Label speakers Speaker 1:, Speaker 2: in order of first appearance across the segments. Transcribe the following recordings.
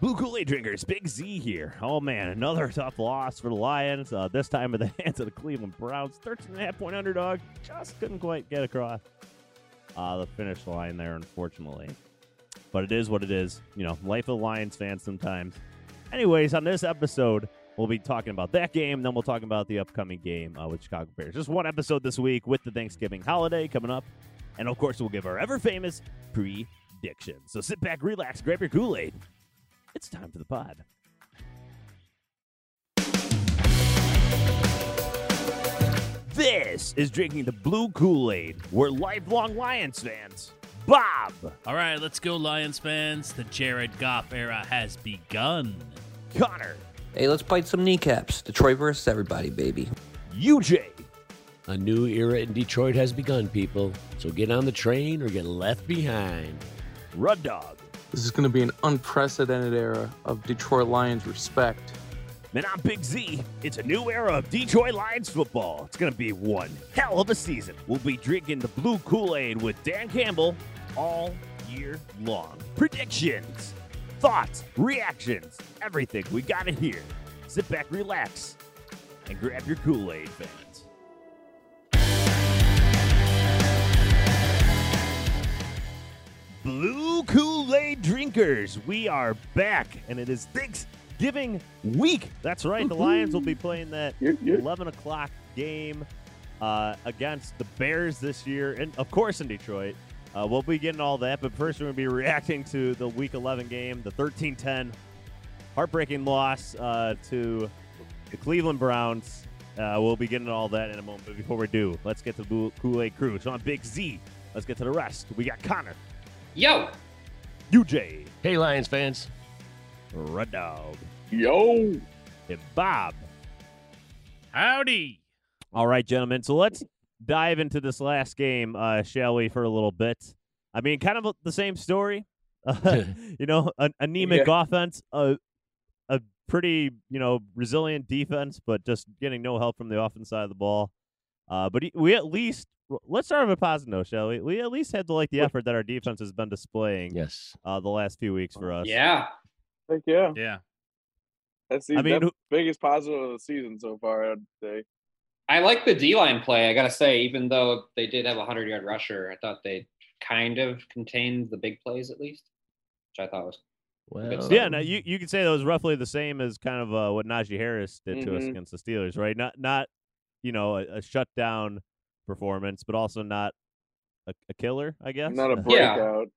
Speaker 1: Blue Kool-Aid drinkers, Big Z here. Oh man, another tough loss for the Lions. Uh, this time at the hands of the Cleveland Browns, 13 and a half point underdog. Just couldn't quite get across uh, the finish line there, unfortunately. But it is what it is. You know, life of Lions fans sometimes. Anyways, on this episode, we'll be talking about that game. Then we'll talk about the upcoming game uh, with Chicago Bears. Just one episode this week with the Thanksgiving holiday coming up, and of course, we'll give our ever famous prediction. So sit back, relax, grab your Kool Aid. It's time for the pod. This is drinking the blue Kool Aid. We're lifelong Lions fans. Bob,
Speaker 2: All right, let's go, Lions fans. The Jared Goff era has begun.
Speaker 1: Connor,
Speaker 3: Hey, let's bite some kneecaps. Detroit versus everybody, baby.
Speaker 1: UJ,
Speaker 4: A new era in Detroit has begun, people. So get on the train or get left behind.
Speaker 1: Rud Dog,
Speaker 5: This is going to be an unprecedented era of Detroit Lions respect.
Speaker 1: and I'm Big Z. It's a new era of Detroit Lions football. It's going to be one hell of a season. We'll be drinking the blue Kool Aid with Dan Campbell all year long. Predictions, thoughts, reactions, everything. We got it here. Sit back, relax, and grab your Kool Aid, fans. Blue Kool Aid drinkers, we are back, and it is Thanksgiving week. That's right. The Lions will be playing that 11 o'clock game uh, against the Bears this year, and of course in Detroit. Uh, we'll be getting all that, but first we're going to be reacting to the Week 11 game, the 13 10 heartbreaking loss uh, to the Cleveland Browns. Uh, we'll be getting to all that in a moment, but before we do, let's get to the Kool Aid crew. So on Big Z, let's get to the rest. We got Connor.
Speaker 6: Yo,
Speaker 1: UJ,
Speaker 4: Hey, Lions fans.
Speaker 1: Red Dog,
Speaker 7: Yo,
Speaker 1: and Bob.
Speaker 2: Howdy.
Speaker 1: All right, gentlemen. So let's dive into this last game, uh, shall we, for a little bit? I mean, kind of the same story. you know, an anemic offense, a, a pretty, you know, resilient defense, but just getting no help from the offense side of the ball. Uh, but we at least, let's start with a positive note, shall we? We at least had to like the effort that our defense has been displaying
Speaker 4: Yes.
Speaker 1: uh, the last few weeks for us.
Speaker 6: yeah,
Speaker 7: heck yeah!
Speaker 2: Yeah.
Speaker 7: That's the
Speaker 1: I mean,
Speaker 7: that's
Speaker 1: who-
Speaker 7: the biggest positive of the season so far. I'd say.
Speaker 6: I like the D line play. I gotta say, even though they did have a hundred yard rusher, I thought they kind of contained the big plays at least, which I thought was
Speaker 4: Well, um,
Speaker 1: Yeah, now you, you could say that was roughly the same as kind of uh, what Najee Harris did to us
Speaker 7: Mhm.
Speaker 1: against the Steelers, right? Not not you know a, a shutdown performance, but also not a, a killer, I guess.
Speaker 7: Not a
Speaker 1: Uh,
Speaker 6: Yeah.
Speaker 7: breakout.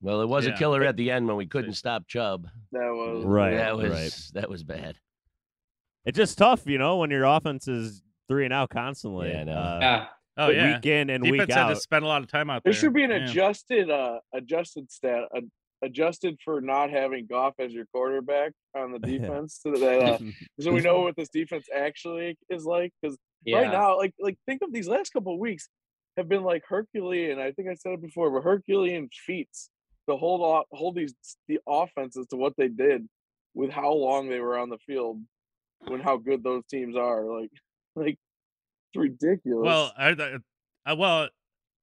Speaker 4: well, it was
Speaker 2: Yeah.
Speaker 4: a killer at the end when we couldn't stop Chubb.
Speaker 7: That was
Speaker 1: Right,
Speaker 4: That was
Speaker 1: right.
Speaker 4: that was bad.
Speaker 1: Uh, It's just tough, you know, when your offense is three and out constantly.
Speaker 4: Yeah, I know.
Speaker 1: uh,
Speaker 6: yeah.
Speaker 2: Oh,
Speaker 1: but
Speaker 2: yeah.
Speaker 1: Week in and
Speaker 2: Defense
Speaker 1: week
Speaker 2: had to
Speaker 1: out.
Speaker 2: spend a lot of time out there.
Speaker 7: There should be an
Speaker 2: Yeah.
Speaker 7: adjusted uh adjusted stat uh, adjusted for not having Goff as your quarterback on the
Speaker 1: Yeah.
Speaker 7: defense so that uh, so we know what this defense actually is like because
Speaker 6: yeah.
Speaker 7: right now like like think of these last couple of weeks have been like Herculean I think I said it before but Herculean feats to hold off hold these the offenses to what they did with how long they were on the field when how good those teams are like like it's ridiculous
Speaker 2: Well, I, th- uh, well,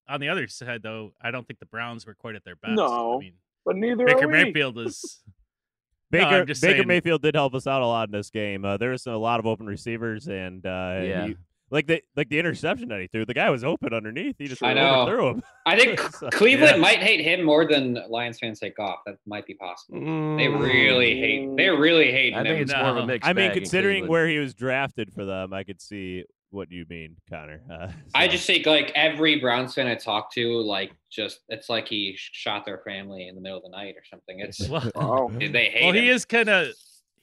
Speaker 2: on the other side, though, I don't think the Browns were quite at their best. I
Speaker 7: No.
Speaker 2: mean,
Speaker 7: but neither
Speaker 2: Baker
Speaker 7: are we.
Speaker 2: Mayfield is. No,
Speaker 1: Baker
Speaker 2: I'm just
Speaker 1: Baker
Speaker 2: saying-
Speaker 1: Mayfield did help us out a lot in this game. Uh, there was a lot of open receivers, and uh,
Speaker 4: Yeah.
Speaker 1: he- like the like the interception that he threw, the guy was open underneath. He just
Speaker 6: I know.
Speaker 1: overthrew him.
Speaker 6: I think
Speaker 1: So-
Speaker 6: Cleveland
Speaker 2: Yeah.
Speaker 6: might hate him more than Lions fans hate Goff. That might be possible. They
Speaker 4: Mm.
Speaker 6: really hate.
Speaker 7: Mm.
Speaker 6: They really hate
Speaker 4: I
Speaker 6: him.
Speaker 4: think it's more of
Speaker 2: No.
Speaker 4: a mix.
Speaker 1: I mean, considering where he was drafted for them, I could see what you mean, Connor. Uh,
Speaker 6: I
Speaker 1: so-
Speaker 6: just think like every Browns fan I talk to, like just it's like he shot their family in the middle of the night or something. It's
Speaker 2: Well,
Speaker 7: Wow.
Speaker 6: they hate.
Speaker 2: well, he
Speaker 6: him.
Speaker 2: is kind of.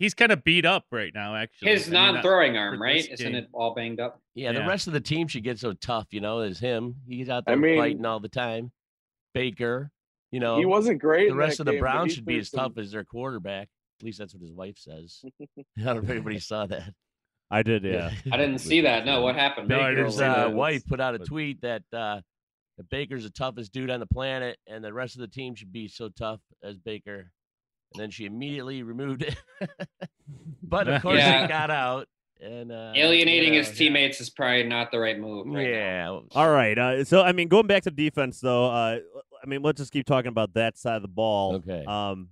Speaker 2: He's kind of beat up right now, actually. I
Speaker 6: his
Speaker 2: mean, not-
Speaker 6: non-throwing arm,
Speaker 2: for
Speaker 6: right?
Speaker 2: this
Speaker 6: Isn't
Speaker 2: game.
Speaker 6: it all banged up?
Speaker 4: Yeah, the
Speaker 2: Yeah.
Speaker 4: rest of the team should get so tough, you know, as him. He's out
Speaker 7: I
Speaker 4: there
Speaker 7: mean-
Speaker 4: fighting all the time. Baker. You know,
Speaker 7: he wasn't great.
Speaker 4: the
Speaker 7: in
Speaker 4: rest
Speaker 7: that
Speaker 4: of the
Speaker 7: game, but
Speaker 4: Browns
Speaker 7: he
Speaker 4: should be
Speaker 7: threw
Speaker 4: as
Speaker 7: some-
Speaker 4: tough as their quarterback. At least that's what his wife says. I don't know if anybody saw that.
Speaker 1: I did, yeah.
Speaker 6: I didn't see that. No, what happened?
Speaker 2: No, I didn't
Speaker 4: Baker's
Speaker 2: see that.
Speaker 4: uh, wife put out a
Speaker 1: but-
Speaker 4: tweet that uh, that Baker's the toughest dude on the planet, and the rest of the team should be so tough as Baker. And then she immediately removed it, but of course
Speaker 6: Yeah.
Speaker 4: it got out. And uh,
Speaker 6: Alienating
Speaker 4: you
Speaker 6: his
Speaker 4: know,
Speaker 6: teammates is probably not the right move. Right now.
Speaker 4: Yeah.
Speaker 1: All right. Uh, so I mean, going back to defense though, uh, I mean, let's just keep talking about that side of the ball.
Speaker 4: Okay.
Speaker 1: Um,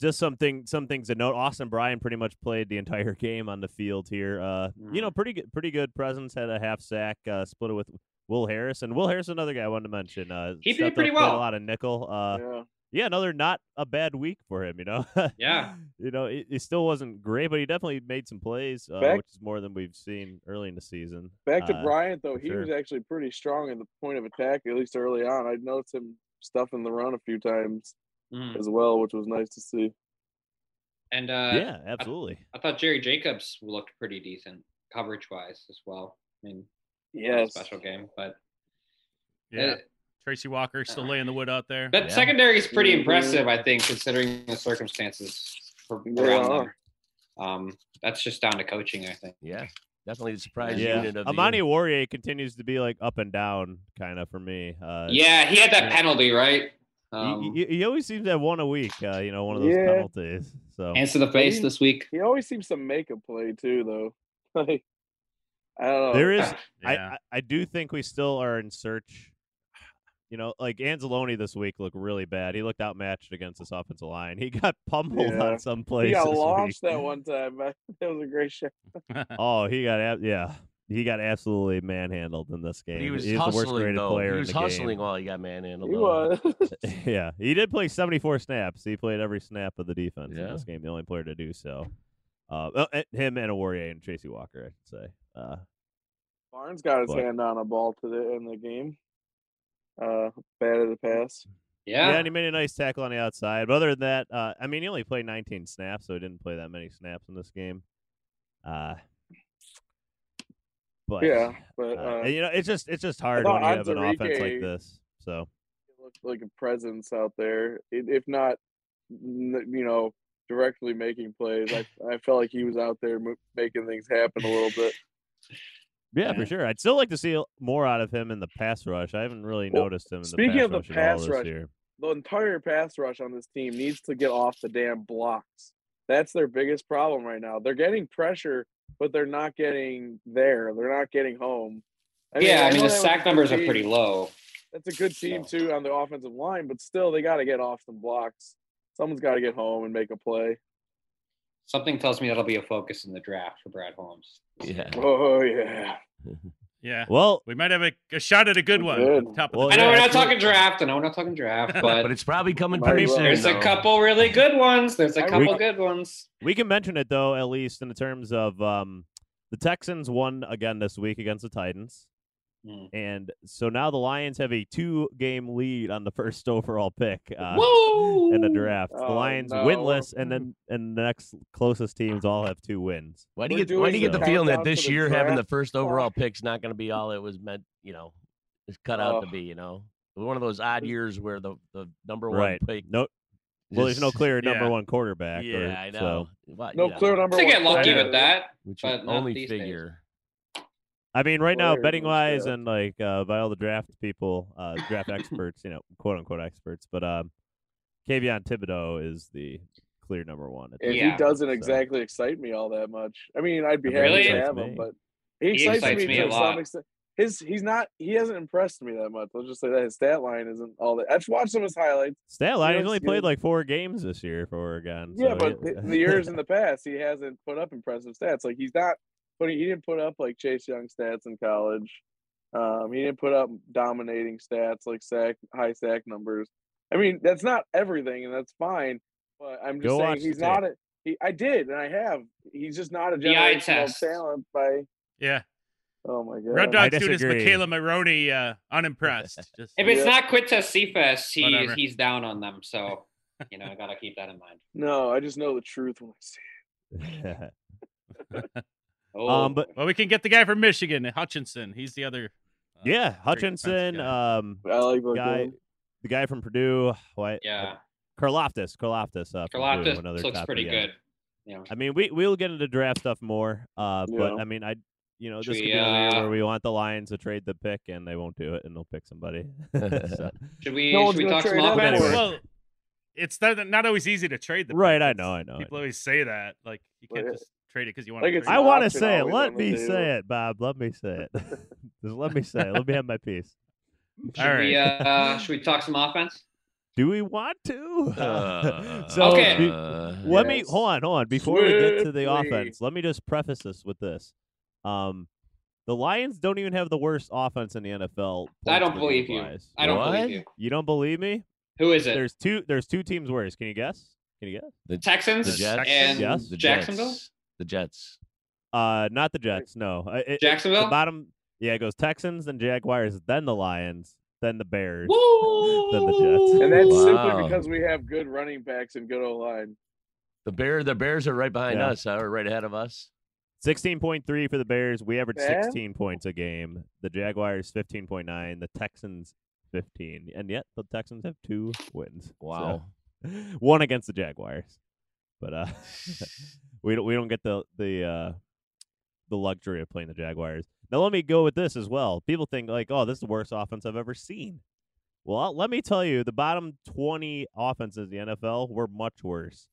Speaker 1: just something, some things to note. Austin Bryan pretty much played the entire game on the field here. Uh, you know, pretty good, pretty good presence. Had a half sack, uh, split it with Will Harris, and Will Harris, another guy I wanted to mention. Uh,
Speaker 6: He did
Speaker 1: stepped up,
Speaker 6: pretty
Speaker 1: played
Speaker 6: well.
Speaker 1: A lot of nickel. Uh,
Speaker 7: Yeah.
Speaker 1: yeah, another not a bad week for him. You know.
Speaker 6: Yeah.
Speaker 1: You know, it, it still wasn't great, but he definitely made some plays, uh,
Speaker 7: Back-
Speaker 1: which is more than we've seen early in the season.
Speaker 7: Back to
Speaker 1: Uh,
Speaker 7: Bryant though,
Speaker 1: for
Speaker 7: he was
Speaker 1: sure.
Speaker 7: actually pretty strong at the point of attack, at least early on. I'd noticed him stuffing the run a few times
Speaker 6: Mhm.
Speaker 4: Mm.
Speaker 7: as well, which was nice to see.
Speaker 6: And uh,
Speaker 1: Yeah, absolutely.
Speaker 6: I thought Jerry Jacobs looked pretty decent coverage wise as well. I mean, not a
Speaker 7: Yes.
Speaker 6: special game, but
Speaker 2: Yeah.
Speaker 6: uh,
Speaker 2: Tracy Walker still laying the wood out there.
Speaker 6: that
Speaker 4: Yeah.
Speaker 6: secondary is pretty
Speaker 7: Mhm.
Speaker 6: impressive, I think, considering the circumstances for,
Speaker 7: They
Speaker 6: around
Speaker 7: are.
Speaker 6: them. Um, that's just down to coaching, I think.
Speaker 4: Yeah. Definitely the surprise
Speaker 1: Yeah,
Speaker 4: unit of
Speaker 1: Amani
Speaker 4: the
Speaker 1: Warrior continues to be like up and down, kind of for me. Uh,
Speaker 6: yeah, he had that
Speaker 1: yeah.
Speaker 6: penalty, right?
Speaker 1: he-
Speaker 6: Um,
Speaker 1: he, he always seems to have one a week. Uh, you know, one of those
Speaker 7: Yeah.
Speaker 1: penalties. So
Speaker 6: hands to the face
Speaker 7: He-
Speaker 6: this week.
Speaker 7: He always seems to make a play too, though. Like I don't know.
Speaker 1: there is, I,
Speaker 2: yeah.
Speaker 1: I, I do think we still are in search. You know, like Anzalone this week looked really bad. He looked outmatched against this offensive line. He got pummeled
Speaker 7: Yeah.
Speaker 1: on some plays.
Speaker 7: he got
Speaker 1: this week.
Speaker 7: launched that one time. but That was a great shot.
Speaker 1: Oh, he got ab- yeah, he got absolutely manhandled in this game.
Speaker 4: But he was
Speaker 1: He's the worst
Speaker 4: hustling
Speaker 1: graded
Speaker 4: though.
Speaker 1: player
Speaker 4: He was
Speaker 1: in the
Speaker 4: hustling
Speaker 1: game.
Speaker 4: while he got manhandled.
Speaker 7: He
Speaker 4: though.
Speaker 7: was.
Speaker 1: yeah, he did play 74 snaps. He played every snap of the defense in
Speaker 4: Yeah.
Speaker 1: this game. The only player to do so. Uh, oh, and him and a Warrior and Tracy Walker, I should say. Uh,
Speaker 7: Barnes got his
Speaker 1: But-
Speaker 7: hand on a ball today in the game. Uh, bad at the pass.
Speaker 1: yeah.
Speaker 6: Yeah.
Speaker 1: and he made a nice tackle on the outside. But other than that, uh, I mean, he only played 19 snaps, so he didn't play that many snaps in this game. Uh, but
Speaker 7: yeah, but
Speaker 1: uh,
Speaker 7: uh,
Speaker 1: and, you know, it's just it's just hard
Speaker 7: thought
Speaker 1: when you have an offense like
Speaker 7: Anzarike-
Speaker 1: this. So
Speaker 7: it looked like a presence out there, i- if not, n- you know, directly making plays. I, I felt like he was out there mo- making things happen a little bit.
Speaker 1: yeah, for
Speaker 6: Yeah.
Speaker 1: sure. I'd still like to see more out of him in the pass rush. I haven't really
Speaker 7: Well,
Speaker 1: noticed him. In
Speaker 7: speaking
Speaker 1: the pass
Speaker 7: of the
Speaker 1: rush at all
Speaker 7: pass
Speaker 1: this
Speaker 7: rush,
Speaker 1: year.
Speaker 7: The entire pass rush on this team needs to get off the damn blocks. That's their biggest problem right now. They're getting pressure, but they're not getting there. They're not getting home.
Speaker 6: yeah, I
Speaker 7: know
Speaker 6: mean, the
Speaker 7: that was a
Speaker 6: sack
Speaker 7: good
Speaker 6: numbers are
Speaker 7: team.
Speaker 6: pretty low.
Speaker 7: That's a good team
Speaker 6: So-
Speaker 7: too on the offensive line, but still they got to get off some blocks. Someone's got to get home and make a play.
Speaker 6: Something tells me that'll be a focus in the draft for Brad Holmes.
Speaker 4: Yeah.
Speaker 7: Oh yeah,
Speaker 2: yeah.
Speaker 1: Well,
Speaker 2: We might have a, a shot at a good one.
Speaker 7: Good.
Speaker 2: at the Top of
Speaker 1: Well,
Speaker 2: the
Speaker 6: I
Speaker 1: yeah, uh,
Speaker 2: draft.
Speaker 6: know we're not
Speaker 1: absolutely.
Speaker 6: talking draft. I know we're not talking draft, but,
Speaker 4: But it's probably coming
Speaker 7: Might
Speaker 4: pretty
Speaker 7: as well.
Speaker 4: soon.
Speaker 6: there's
Speaker 4: though.
Speaker 6: a couple really good ones. There's a
Speaker 7: I
Speaker 6: couple
Speaker 1: would-
Speaker 6: good ones.
Speaker 1: We can mention it though, at least in the terms of um, the Texans won again this week against the Titans,
Speaker 6: Hmm.
Speaker 1: and so now the Lions have a two-game lead on the first overall pick uh,
Speaker 6: Whoa!
Speaker 1: in the draft. the
Speaker 7: Oh,
Speaker 1: Lions
Speaker 7: no.
Speaker 1: winless, and then and the next closest teams all have two wins.
Speaker 4: Why do you
Speaker 7: We're
Speaker 4: get? Why do
Speaker 7: doing
Speaker 4: you get the
Speaker 1: the
Speaker 4: feeling that
Speaker 7: countdown to
Speaker 4: this
Speaker 7: the
Speaker 4: year having the
Speaker 7: draft
Speaker 4: first overall
Speaker 7: clock.
Speaker 4: pick's not going to be all it was meant? You know, it's cut out to
Speaker 7: Oh.
Speaker 4: be. You know, one of those odd years where the the number one
Speaker 1: Right.
Speaker 4: pick.
Speaker 1: No, well, there's no
Speaker 4: is-
Speaker 1: clear number
Speaker 2: yeah.
Speaker 1: one quarterback. or-
Speaker 4: Yeah, I
Speaker 1: so-
Speaker 4: know. Well,
Speaker 7: no
Speaker 4: you know,
Speaker 7: clear number.
Speaker 6: To get
Speaker 7: one
Speaker 6: lucky
Speaker 7: player.
Speaker 6: with that.
Speaker 4: Which
Speaker 6: but
Speaker 4: you
Speaker 6: not
Speaker 4: only
Speaker 6: these days.
Speaker 4: figure.
Speaker 1: I mean, right now,
Speaker 7: Players and
Speaker 1: betting wise,
Speaker 7: stuff.
Speaker 1: and like uh, by all the draft people, uh, draft experts, you know, quote unquote experts, but um, Kavion Thibodeau is the clear number one. at
Speaker 7: And
Speaker 1: this
Speaker 7: He
Speaker 6: Yeah.
Speaker 1: point,
Speaker 7: doesn't
Speaker 1: so-
Speaker 7: exactly excite me all that much. I mean, I'd be
Speaker 1: I
Speaker 7: happy
Speaker 6: mean, he
Speaker 7: to
Speaker 6: excites
Speaker 7: have
Speaker 1: me.
Speaker 7: him, but he
Speaker 6: He
Speaker 7: excites,
Speaker 6: excites
Speaker 7: me,
Speaker 6: me a
Speaker 7: to
Speaker 6: lot.
Speaker 7: some extent. His he's not he hasn't impressed me that much. Let's just say that his stat line isn't all that. I've watched some of his highlights.
Speaker 1: Stat line, he's
Speaker 7: Yes,
Speaker 1: only
Speaker 7: yes.
Speaker 1: played like four games this year for Oregon.
Speaker 7: Yeah,
Speaker 1: so
Speaker 7: but the, the years in the past, he hasn't put up impressive stats. Like he's not putting. He didn't put up like Chase Young stats in college. Um, he didn't put up dominating stats like sack, high sack numbers. I mean, that's not everything, and that's fine. But I'm just
Speaker 1: Go watch
Speaker 7: saying
Speaker 1: the
Speaker 7: he's
Speaker 1: tape.
Speaker 7: not a. He, I did, and I have. He's just not a
Speaker 6: The eye
Speaker 7: generational
Speaker 6: test.
Speaker 7: talent by.
Speaker 2: Yeah.
Speaker 7: Oh my god!
Speaker 2: Red Dog students
Speaker 1: disagree.
Speaker 2: Michaela Maroney uh, unimpressed. Just
Speaker 6: If it's
Speaker 7: Yeah.
Speaker 6: not Quintus Cephas, he's
Speaker 2: Whatever.
Speaker 6: he's down on them. So you know, I gotta keep that in mind.
Speaker 7: No, I just know the truth when I see.
Speaker 1: the
Speaker 6: Oh,
Speaker 1: Um, but-
Speaker 2: well, we can get the guy from Michigan, Hutchinson. He's the other. uh,
Speaker 1: yeah,
Speaker 2: great defensive
Speaker 1: Hutchinson,
Speaker 2: guy.
Speaker 1: um,
Speaker 7: It. I like the
Speaker 1: guy, the guy from Purdue. What?
Speaker 6: Yeah,
Speaker 1: Karloftis. Karloftis. Uh, from Purdue,
Speaker 6: Karloftis
Speaker 1: another
Speaker 6: looks
Speaker 1: top
Speaker 6: pretty
Speaker 1: three guy.
Speaker 6: good. You know,
Speaker 1: I mean, we we'll get into draft stuff more. Uh, but
Speaker 7: Yeah.
Speaker 1: I mean, I you know this
Speaker 6: Should
Speaker 1: could
Speaker 6: we,
Speaker 1: be the year
Speaker 6: uh,
Speaker 1: where we want the Lions to trade the pick and they won't do it and they'll pick somebody. So-
Speaker 6: should we
Speaker 7: No one's
Speaker 6: should we
Speaker 7: gonna
Speaker 6: talk some
Speaker 7: trade up
Speaker 1: But
Speaker 6: offense?
Speaker 1: anyway.
Speaker 2: well, it's not, not always easy to trade the
Speaker 1: right,
Speaker 2: pick.
Speaker 1: I
Speaker 2: It's-
Speaker 1: know, I know. I
Speaker 2: People
Speaker 1: know.
Speaker 2: always say that. Like you
Speaker 7: Well,
Speaker 2: can't
Speaker 7: yeah.
Speaker 2: just trade it because you want
Speaker 7: Like,
Speaker 2: to.
Speaker 7: it's
Speaker 1: I
Speaker 7: an
Speaker 1: want to
Speaker 7: option
Speaker 1: say it.
Speaker 7: always
Speaker 1: Let
Speaker 7: on the
Speaker 1: me say
Speaker 7: table.
Speaker 1: it, Bob. Let me say it. Just let me say it. Let me have my piece.
Speaker 6: Should we
Speaker 2: All right.
Speaker 6: uh, should we talk some offense?
Speaker 1: Do we want to?
Speaker 4: Uh,
Speaker 6: So, Okay.
Speaker 1: be- let me
Speaker 7: Yes.
Speaker 1: hold on, hold on. Before we get to the
Speaker 7: Swiftly.
Speaker 1: offense, let me just preface this with this: um, the Lions don't even have the worst offense in the NFL.
Speaker 6: I don't
Speaker 1: points
Speaker 6: believe you.
Speaker 1: percentage-wise.
Speaker 6: I don't
Speaker 4: What?
Speaker 6: believe you.
Speaker 1: You don't believe me?
Speaker 6: Who is it?
Speaker 1: There's two. There's two teams worse. Can you guess? Can you guess?
Speaker 4: The
Speaker 6: Texans
Speaker 4: The Jets.
Speaker 6: and
Speaker 1: Yes. The
Speaker 6: Jacksonville.
Speaker 4: Jets. The Jets.
Speaker 1: Uh, not the Jets. No. Uh, it- it-
Speaker 6: Jacksonville?
Speaker 1: The bottom. Yeah, it goes Texans, then Jaguars, then the Lions, then the Bears.
Speaker 6: Woo!
Speaker 1: Then the Jets.
Speaker 7: And that's simply
Speaker 4: Wow.
Speaker 7: because we have good running backs and good O line.
Speaker 4: The bear. The Bears are right behind
Speaker 1: Yeah.
Speaker 4: us, huh, or right ahead of us.
Speaker 1: Sixteen point three for the Bears. We average
Speaker 7: Yeah.
Speaker 1: sixteen points a game. The Jaguars fifteen point nine. The Texans fifteen. And yet the Texans have two wins. So,
Speaker 4: Wow.
Speaker 1: one against the Jaguars. But uh we don't we don't get the the uh the luxury of playing the Jaguars. Now let me go with this as well. People think like, oh, this is the worst offense I've ever seen. Well, let me tell you, the bottom twenty offenses in the NFL were much worse.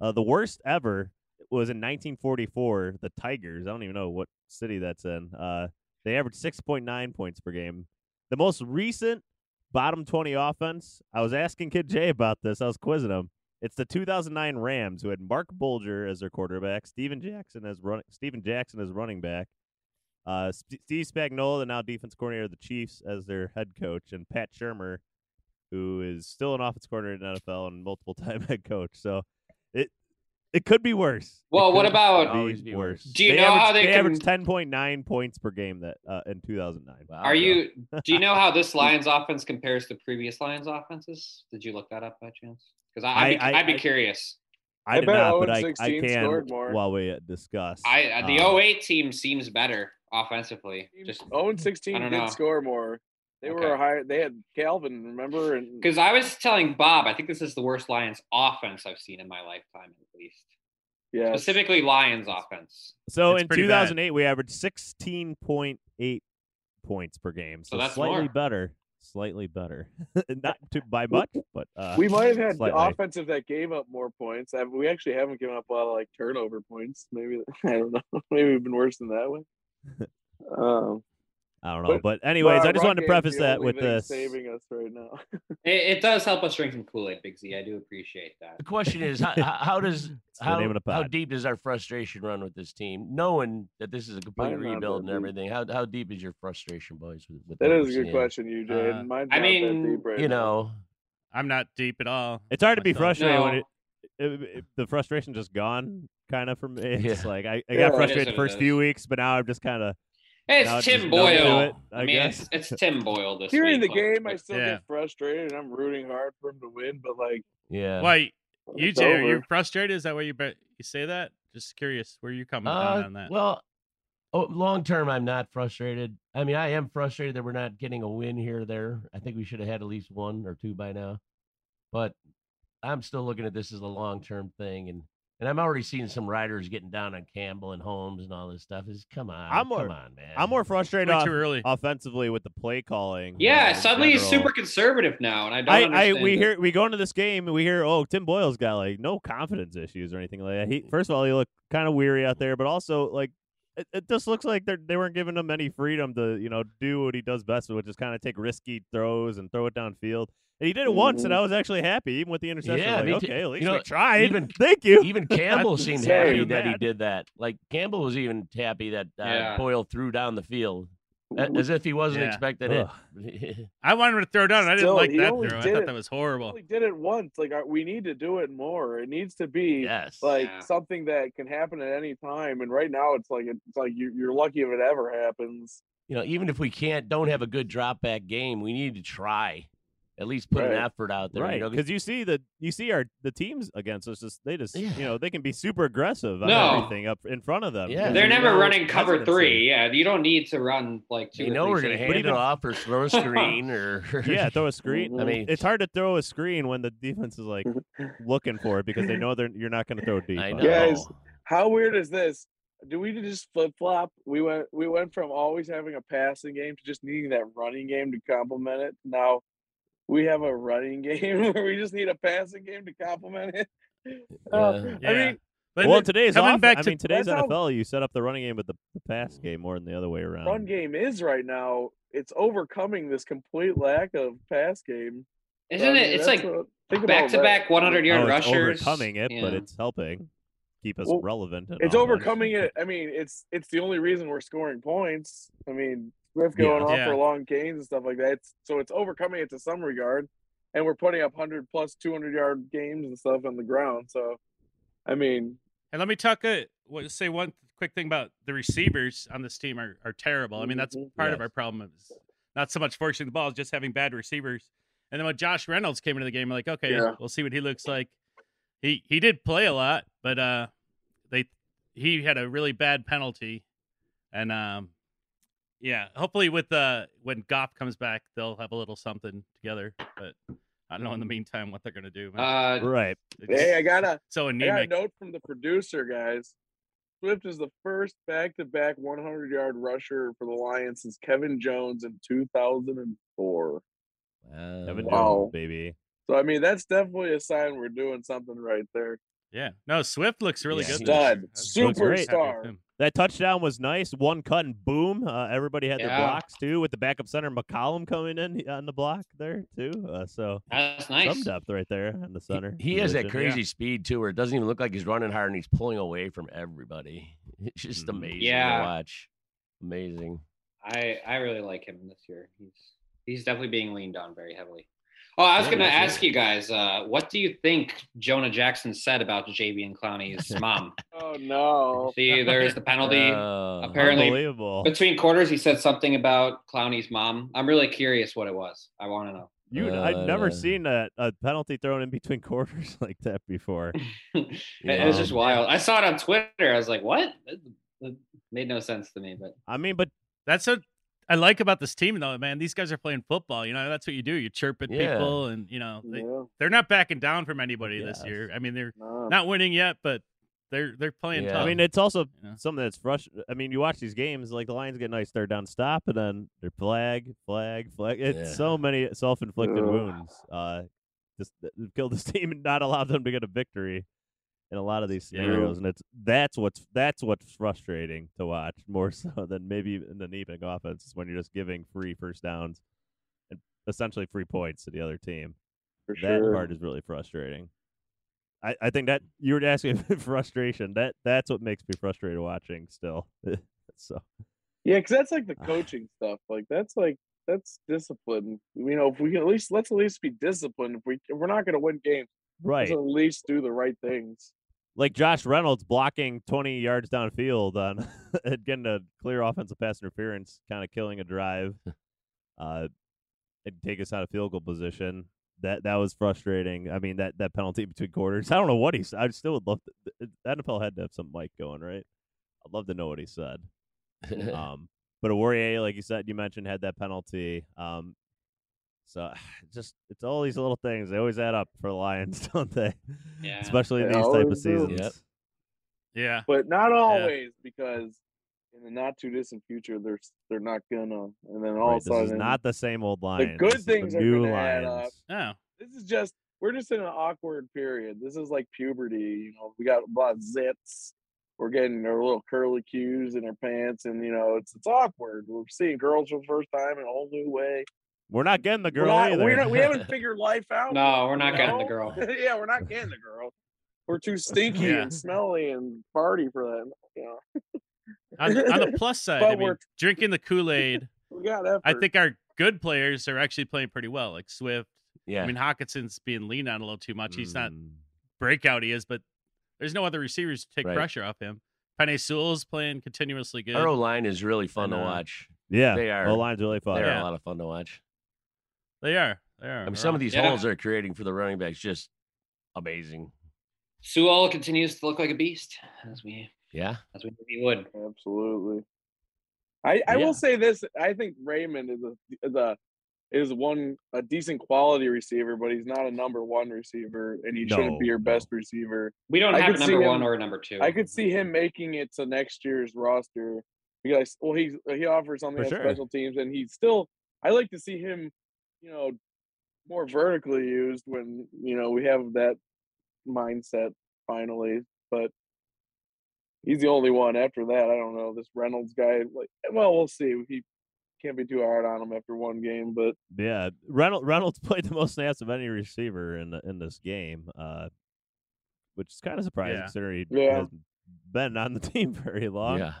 Speaker 1: Uh, the worst ever was in 1944. The Tigers. I don't even know what city that's in. Uh, they averaged 6.9 points per game. The most recent bottom 20 offense. I was asking Kid Jay about this. I was quizzing him. It's the 2009 Rams who had Mark Bulger as their quarterback, Steven Jackson as running Steven Jackson as running back, uh, St- Steve Spagnuolo, the now defense coordinator of the Chiefs, as their head coach, and Pat Shermer, who is still an offense coordinator in the NFL and multiple time head coach. So it it could be worse. It
Speaker 6: Well, what
Speaker 1: could
Speaker 6: about-
Speaker 1: be
Speaker 4: Always be worse.
Speaker 6: Oh, Do you
Speaker 1: they
Speaker 6: know
Speaker 1: averaged,
Speaker 6: how they can-
Speaker 1: averaged 10.9 points per game that uh, in 2009?
Speaker 4: Wow.
Speaker 6: Are you? Do you know how this Lions offense compares to previous Lions offenses? Did you look that up by chance? Because I'd,
Speaker 1: I-
Speaker 6: be-
Speaker 1: I-
Speaker 6: I'd be
Speaker 1: I-
Speaker 6: curious.
Speaker 1: I,
Speaker 7: I
Speaker 1: did
Speaker 7: bet
Speaker 1: not,
Speaker 7: Owen
Speaker 1: but I, I
Speaker 7: 16
Speaker 1: can
Speaker 7: scored more.
Speaker 1: while we uh, discuss.
Speaker 6: I uh, the
Speaker 1: um,
Speaker 6: 08 team seems better offensively. Just mm,
Speaker 7: Owen 16
Speaker 6: I
Speaker 7: oh did
Speaker 6: don't know.
Speaker 7: score more. They were
Speaker 6: Okay.
Speaker 7: a higher. They had Calvin, remember? And
Speaker 6: because I was telling Bob, I think this is the worst Lions offense I've seen in my lifetime, at least.
Speaker 7: yeah,
Speaker 6: Specifically, Lions offense.
Speaker 1: So
Speaker 2: It's
Speaker 1: in
Speaker 2: pretty bad.
Speaker 1: 2008, we averaged 16.8 points per game. So,
Speaker 6: So that's
Speaker 1: slightly
Speaker 6: more.
Speaker 1: better. Slightly better. Not too, by much, but. Uh,
Speaker 7: we might have had
Speaker 1: slightly.
Speaker 7: offensive that gave up more points. I- We actually haven't given up a lot of like turnover points. Maybe I don't know. Maybe we've been worse than that way. Um,
Speaker 1: I don't know.
Speaker 7: but-
Speaker 1: But, anyways,
Speaker 7: but
Speaker 1: I
Speaker 7: our
Speaker 1: just
Speaker 7: run
Speaker 1: wanted to
Speaker 7: game's
Speaker 1: preface
Speaker 7: the
Speaker 1: that
Speaker 7: only
Speaker 1: with
Speaker 7: thing
Speaker 1: this. Oh,
Speaker 7: saving us right now.
Speaker 6: It, it does help us drink some Kool Aid, Big Z. I do appreciate that.
Speaker 4: The question is, how, how does
Speaker 1: It's the
Speaker 4: how,
Speaker 1: name of the
Speaker 4: how
Speaker 1: pod.
Speaker 4: deep does our frustration run with this team, knowing that this is a complete
Speaker 7: Might not
Speaker 4: rebuild and
Speaker 7: that deep.
Speaker 4: everything? How how deep is your frustration, boys? With, with
Speaker 7: That
Speaker 4: what
Speaker 7: is
Speaker 4: we're
Speaker 7: a good
Speaker 4: seeing?
Speaker 7: question, you Jay.
Speaker 2: Uh,
Speaker 7: Mine's
Speaker 6: I
Speaker 7: not that
Speaker 6: mean,
Speaker 7: deep right
Speaker 4: You
Speaker 7: now.
Speaker 4: know,
Speaker 2: I'm not deep at all.
Speaker 1: It's hard to be
Speaker 2: myself.
Speaker 1: frustrated when
Speaker 6: No.
Speaker 1: it, it- it- the frustration just gone kind of from me. It's
Speaker 4: Yeah.
Speaker 1: just like I, I
Speaker 7: Yeah. It
Speaker 1: got
Speaker 7: is
Speaker 1: frustrated
Speaker 6: what
Speaker 1: the
Speaker 6: it
Speaker 1: first
Speaker 6: is.
Speaker 1: few weeks, but now I'm just kind of.
Speaker 6: Hey, It's
Speaker 1: Now just
Speaker 6: Tim
Speaker 1: don't do
Speaker 6: Boyle.
Speaker 1: it, I
Speaker 6: I, mean, it's-
Speaker 1: guess.
Speaker 6: it's, Tim Boyle this
Speaker 7: During the
Speaker 6: week, but-
Speaker 7: game, I
Speaker 6: but-
Speaker 7: still
Speaker 2: yeah.
Speaker 7: get frustrated, and I'm rooting hard for him to win. But like,
Speaker 4: yeah.
Speaker 2: Why, you
Speaker 7: it's
Speaker 2: Jay, are
Speaker 7: over.
Speaker 2: you frustrated? Is that why you bet you say that? Just curious where you're coming down
Speaker 4: Uh,
Speaker 2: on that.
Speaker 4: Well, oh, long term, I'm not frustrated. I mean, I am frustrated that we're not getting a win here or there. I think we should have had at least one or two by now. But I'm still looking at this as a long term thing, and and I'm already seeing some riders getting down on Campbell and Holmes and all this stuff. Is come on,
Speaker 1: I'm
Speaker 4: come
Speaker 1: more-
Speaker 4: on, man.
Speaker 1: I'm more frustrated
Speaker 2: Way
Speaker 1: off-
Speaker 2: too early.
Speaker 1: offensively with the play calling. uh,
Speaker 6: yeah,
Speaker 1: in
Speaker 6: suddenly he's
Speaker 1: general.
Speaker 6: super conservative now, and I don't.
Speaker 1: I, I
Speaker 6: understand
Speaker 1: we
Speaker 6: it.
Speaker 1: hear we go into this game and we hear oh Tim Boyle's got like no confidence issues or anything like that.
Speaker 4: Mm.
Speaker 1: He first of all he looked kind of weary out there, but also like it, it just looks like they they weren't giving him any freedom to you know do what he does best, which is kind of take risky throws and throw it downfield. And he did it once, and I was actually happy even with the interception.
Speaker 4: Mm. Yeah,
Speaker 1: I'm
Speaker 4: me
Speaker 1: like,
Speaker 4: too.
Speaker 1: okay, at least
Speaker 4: know,
Speaker 1: we tried.
Speaker 4: even- e,
Speaker 1: Thank you.
Speaker 4: even Campbell seemed
Speaker 1: sorry,
Speaker 4: happy that he
Speaker 1: Matt.
Speaker 4: did that. Like Campbell was even happy that uh,
Speaker 6: Yeah.
Speaker 4: Boyle threw down the field
Speaker 6: uh,
Speaker 4: a- as if he wasn't
Speaker 2: Yeah.
Speaker 4: expecting
Speaker 1: Ugh.
Speaker 4: it.
Speaker 2: I wanted him to throw down. I didn't
Speaker 7: Still,
Speaker 2: like
Speaker 7: he
Speaker 2: that
Speaker 7: only
Speaker 2: throw. I
Speaker 7: did
Speaker 2: thought
Speaker 7: it-
Speaker 2: that was
Speaker 7: we
Speaker 2: horrible.
Speaker 7: only did it once. Like, I- we need to do it more. It needs to be
Speaker 4: yes,
Speaker 7: like
Speaker 6: Yeah.
Speaker 7: something that can happen at any time. And right now, it's like it's like you, you're lucky if it ever happens.
Speaker 4: you know, even if we can't, don't have a good drop back game, we need to try. at least put an
Speaker 7: Right.
Speaker 4: effort out there.
Speaker 1: right?
Speaker 4: You know,
Speaker 1: Because you see the you see our the teams against us. Just they just
Speaker 4: Yeah.
Speaker 1: you know they can be super aggressive on
Speaker 6: No.
Speaker 1: everything up in front of them.
Speaker 4: Yeah.
Speaker 1: because
Speaker 6: They're
Speaker 1: you
Speaker 6: never
Speaker 1: know
Speaker 6: running
Speaker 1: that's
Speaker 6: cover
Speaker 1: what it's
Speaker 6: three. Yeah, you don't need to run like two.
Speaker 4: you
Speaker 6: or
Speaker 4: know
Speaker 6: three
Speaker 4: we're gonna
Speaker 6: safeties.
Speaker 4: hand it off or throw a screen or
Speaker 1: in. Yeah, throw a screen.
Speaker 4: I mean,
Speaker 1: It's hard to throw a screen when the defense is like looking for it because they know they're you're not going to throw deep.
Speaker 4: I
Speaker 1: on
Speaker 4: know.
Speaker 1: it.
Speaker 7: Guys, How weird is this? Do we just flip flop? We went we went from always having a passing game to just needing that running game to complement it. Now we have a running game where we just need a passing game to complement it. Uh,
Speaker 2: Yeah.
Speaker 7: I mean,
Speaker 2: But
Speaker 1: well,
Speaker 2: the-
Speaker 1: today's
Speaker 2: coming
Speaker 1: off-
Speaker 2: back
Speaker 1: I
Speaker 2: to-
Speaker 1: mean, today's
Speaker 7: That's how-
Speaker 1: NFL, you set up the running game with the, the pass game more than the other way around.
Speaker 7: Mm. run game is right now. It's overcoming this complete lack of pass game. So, I
Speaker 6: Isn't
Speaker 7: mean,
Speaker 6: it? It's
Speaker 7: that's
Speaker 6: like
Speaker 7: what- think about
Speaker 6: back to
Speaker 7: that.
Speaker 6: back 100
Speaker 1: Oh,
Speaker 6: yard
Speaker 1: it's
Speaker 6: rushers.
Speaker 1: overcoming it, but
Speaker 6: Yeah.
Speaker 1: it's helping keep us
Speaker 7: Well,
Speaker 1: relevant. and
Speaker 7: It's
Speaker 1: all that.
Speaker 7: overcoming it. I mean, it's it's the only reason we're scoring points. I mean, Swift
Speaker 1: Yeah.
Speaker 7: going off
Speaker 2: Yeah.
Speaker 7: for long gains and stuff like that. It's, so it's overcoming it to some regard, and we're putting up hundred plus two hundred yard games and stuff on the ground. So, I mean,
Speaker 2: And let me talk a what, say one quick thing about the receivers on this team are, are terrible. I mean, that's
Speaker 7: Mhm.
Speaker 2: part of
Speaker 4: Yes.
Speaker 2: our problem is not so much forcing the ball, it's just having bad receivers. And then when Josh Reynolds came into the game, like, okay,
Speaker 7: Yeah.
Speaker 2: we'll see what he looks like. He he did play a lot, but uh they he had a really bad penalty. And um yeah, hopefully with uh when Goff comes back, they'll have a little something together. But I don't know in the meantime what they're gonna do. man.
Speaker 6: Uh,
Speaker 1: Right.
Speaker 2: They're just
Speaker 7: hey, I got a
Speaker 2: so
Speaker 7: I got a
Speaker 2: anemic.
Speaker 7: note from the producer, guys. Swift is the first back to back one hundred yard rusher for the Lions since Kevin Jones in two thousand and four.
Speaker 4: Wow.
Speaker 1: Kevin
Speaker 7: Wow.
Speaker 1: Jones, baby.
Speaker 7: So I mean, that's definitely a sign we're doing something right there.
Speaker 2: Yeah. No, Swift looks really good.
Speaker 4: Yeah, he
Speaker 2: this year.
Speaker 7: stud,
Speaker 2: I was really
Speaker 1: superstar.
Speaker 2: happy with him.
Speaker 1: That touchdown was nice. One cut and boom. Uh, everybody had their
Speaker 6: Yeah.
Speaker 1: blocks too, with the backup center McCollum coming in uh, on the block there too. Uh, so
Speaker 6: that's
Speaker 1: some
Speaker 6: nice.
Speaker 1: depth right there in the
Speaker 4: He-
Speaker 1: center.
Speaker 4: He, has that
Speaker 1: position.
Speaker 4: crazy speed too, where it doesn't even look like he's running hard, and he's pulling away from everybody. It's just
Speaker 1: Mhm.
Speaker 4: amazing
Speaker 6: Yeah.
Speaker 4: to watch. Amazing.
Speaker 6: I I really like him this year. He's he's definitely being leaned on very heavily. Oh, I was
Speaker 1: Yeah,
Speaker 6: going to
Speaker 1: that's
Speaker 6: ask you guys, uh, what do you think Jonah Jackson said about JV and Clowney's mom?
Speaker 7: Oh no!
Speaker 6: See, there's the penalty.
Speaker 4: Uh,
Speaker 6: apparently-
Speaker 1: Unbelievable.
Speaker 6: Between quarters, he said something about Clowney's mom. I'm really curious what it was. I want to know.
Speaker 1: You, I've never
Speaker 4: Uh,
Speaker 1: seen a, a penalty thrown in between quarters like that before.
Speaker 6: it,
Speaker 4: Yeah.
Speaker 6: it was just wild. I saw it on Twitter. I was like, what? That that made no sense to me, but
Speaker 1: I mean, but
Speaker 2: That's what I like about this team, though, man. These guys are playing football. You know, that's what you do. You chirp at
Speaker 4: Yeah.
Speaker 2: people, and you know they,
Speaker 7: Yeah,
Speaker 2: they're not backing down from anybody this
Speaker 4: Yes.
Speaker 2: year. I mean, they're
Speaker 7: nah.
Speaker 2: not winning yet, but they're they're playing
Speaker 4: Yeah.
Speaker 2: tough.
Speaker 1: I mean, it's also
Speaker 2: you know?
Speaker 1: something that's frustrating. I mean, you watch these games, like the Lions get a nice third down stop, and then they're flag, flag, flag. It's
Speaker 4: Yeah.
Speaker 1: so many self inflicted
Speaker 7: Ugh.
Speaker 1: wounds. Uh, just th- kill this team and not allow them to get a victory in a lot of these
Speaker 2: Yeah.
Speaker 1: scenarios, and it's that's what's that's what's frustrating to watch more so than maybe in the Neeping offense is when you're just giving free first downs and essentially free points to the other team
Speaker 7: for
Speaker 1: that
Speaker 7: sure.
Speaker 1: part is really frustrating. I, I think that you were asking if frustration. That that's what makes me frustrated watching still. so
Speaker 7: Yeah, because that's like the
Speaker 1: Ah.
Speaker 7: coaching stuff. Like that's like that's discipline. You know, if we can at least let's at least be disciplined. If we if we're not going to win games,
Speaker 1: right,
Speaker 7: let's at least do the right things.
Speaker 1: like Josh Reynolds blocking twenty yards downfield on and getting a clear offensive pass interference, kind of killing a drive, uh, and take us out of field goal position. That that was frustrating. I mean that that penalty between quarters. I don't know what he. s- I still would love. To, the NFL had to have some mic going right. I'd love to know what he said. Um, but a Warrior, like you said, you mentioned had that penalty. Um, so just it's all these little things. They always add up for the Lions, don't they?
Speaker 6: Yeah.
Speaker 1: Especially in
Speaker 7: They
Speaker 1: these type of
Speaker 7: always do.
Speaker 1: seasons.
Speaker 4: Yep.
Speaker 2: yeah,
Speaker 7: But not always because in the not too distant future they're s- they're not gonna. And then
Speaker 1: Right,
Speaker 7: all of a
Speaker 1: this
Speaker 7: sudden,
Speaker 1: is not the same old Lions.
Speaker 7: good
Speaker 1: This is
Speaker 7: things
Speaker 1: the
Speaker 7: are
Speaker 1: new
Speaker 7: gonna add
Speaker 1: Lions.
Speaker 7: up.
Speaker 2: oh,
Speaker 7: this is just we're just in an awkward period. This is like puberty, you know. We got a lot of zits. We're getting our little curly cues in our pants, and you know it's it's awkward. We're seeing girls for the first time in a whole new way.
Speaker 1: We're not getting the
Speaker 7: We're
Speaker 1: girl
Speaker 7: not,
Speaker 1: either.
Speaker 7: we're not, we haven't figured life out.
Speaker 6: no, we're not
Speaker 7: you
Speaker 6: getting the
Speaker 7: know?
Speaker 6: girl.
Speaker 7: yeah, we're not getting the girl. We're too stinky
Speaker 2: Yeah.
Speaker 7: and smelly and farty for that. You know,
Speaker 2: on, on the plus side, I
Speaker 7: But
Speaker 2: mean,
Speaker 7: we're-
Speaker 2: drinking the Kool Aid.
Speaker 7: we got effort.
Speaker 2: I think our good players are actually playing pretty well, like Swift.
Speaker 4: yeah. Mm.
Speaker 2: I mean, Hawkinson's being leaned on a little too much. He's
Speaker 1: Mm.
Speaker 2: not breakout. He is, but there's no other receivers to take
Speaker 4: Right.
Speaker 2: pressure off him. Penny Sewell's playing continuously good.
Speaker 4: Our O line is really
Speaker 2: And,
Speaker 4: fun to
Speaker 2: uh,
Speaker 4: watch.
Speaker 1: Yeah,
Speaker 4: They are-
Speaker 1: O line's really
Speaker 4: They're
Speaker 1: fun.
Speaker 2: Yeah.
Speaker 4: a lot of fun to watch.
Speaker 2: They are. They are.
Speaker 4: I
Speaker 2: They're
Speaker 4: mean, some
Speaker 2: awesome.
Speaker 4: of these
Speaker 6: Yeah.
Speaker 4: holes they're creating for the running backs just amazing.
Speaker 6: Sewell continues to look like a beast, as we
Speaker 4: Yeah.
Speaker 6: as we knew he would.
Speaker 7: Absolutely. I, I
Speaker 4: Yeah.
Speaker 7: will say this: I think Raymond is a is a is one a decent quality receiver, but he's not a number one receiver, and he
Speaker 1: No,
Speaker 7: shouldn't be your
Speaker 1: no.
Speaker 7: best receiver.
Speaker 6: We don't
Speaker 7: I
Speaker 6: have a
Speaker 7: could
Speaker 6: number
Speaker 7: see him-
Speaker 6: one or a number two.
Speaker 7: I could see him making it to next year's roster because well, he he offers something
Speaker 1: For
Speaker 7: on
Speaker 1: sure.
Speaker 7: special teams, and he's still. I like to see him, you know, more vertically used when you know we have that mindset finally. But he's the only one. After that, I don't know this Reynolds guy. Like, well, we'll see. He can't be too hard on him after one game, but
Speaker 1: Yeah, Reynolds, Reynolds played the most snaps of any receiver in the, in this game, uh, which is kind of surprising
Speaker 2: Yeah.
Speaker 1: considering he
Speaker 7: Yeah.
Speaker 1: hasn't been on the team very long.
Speaker 4: Yeah.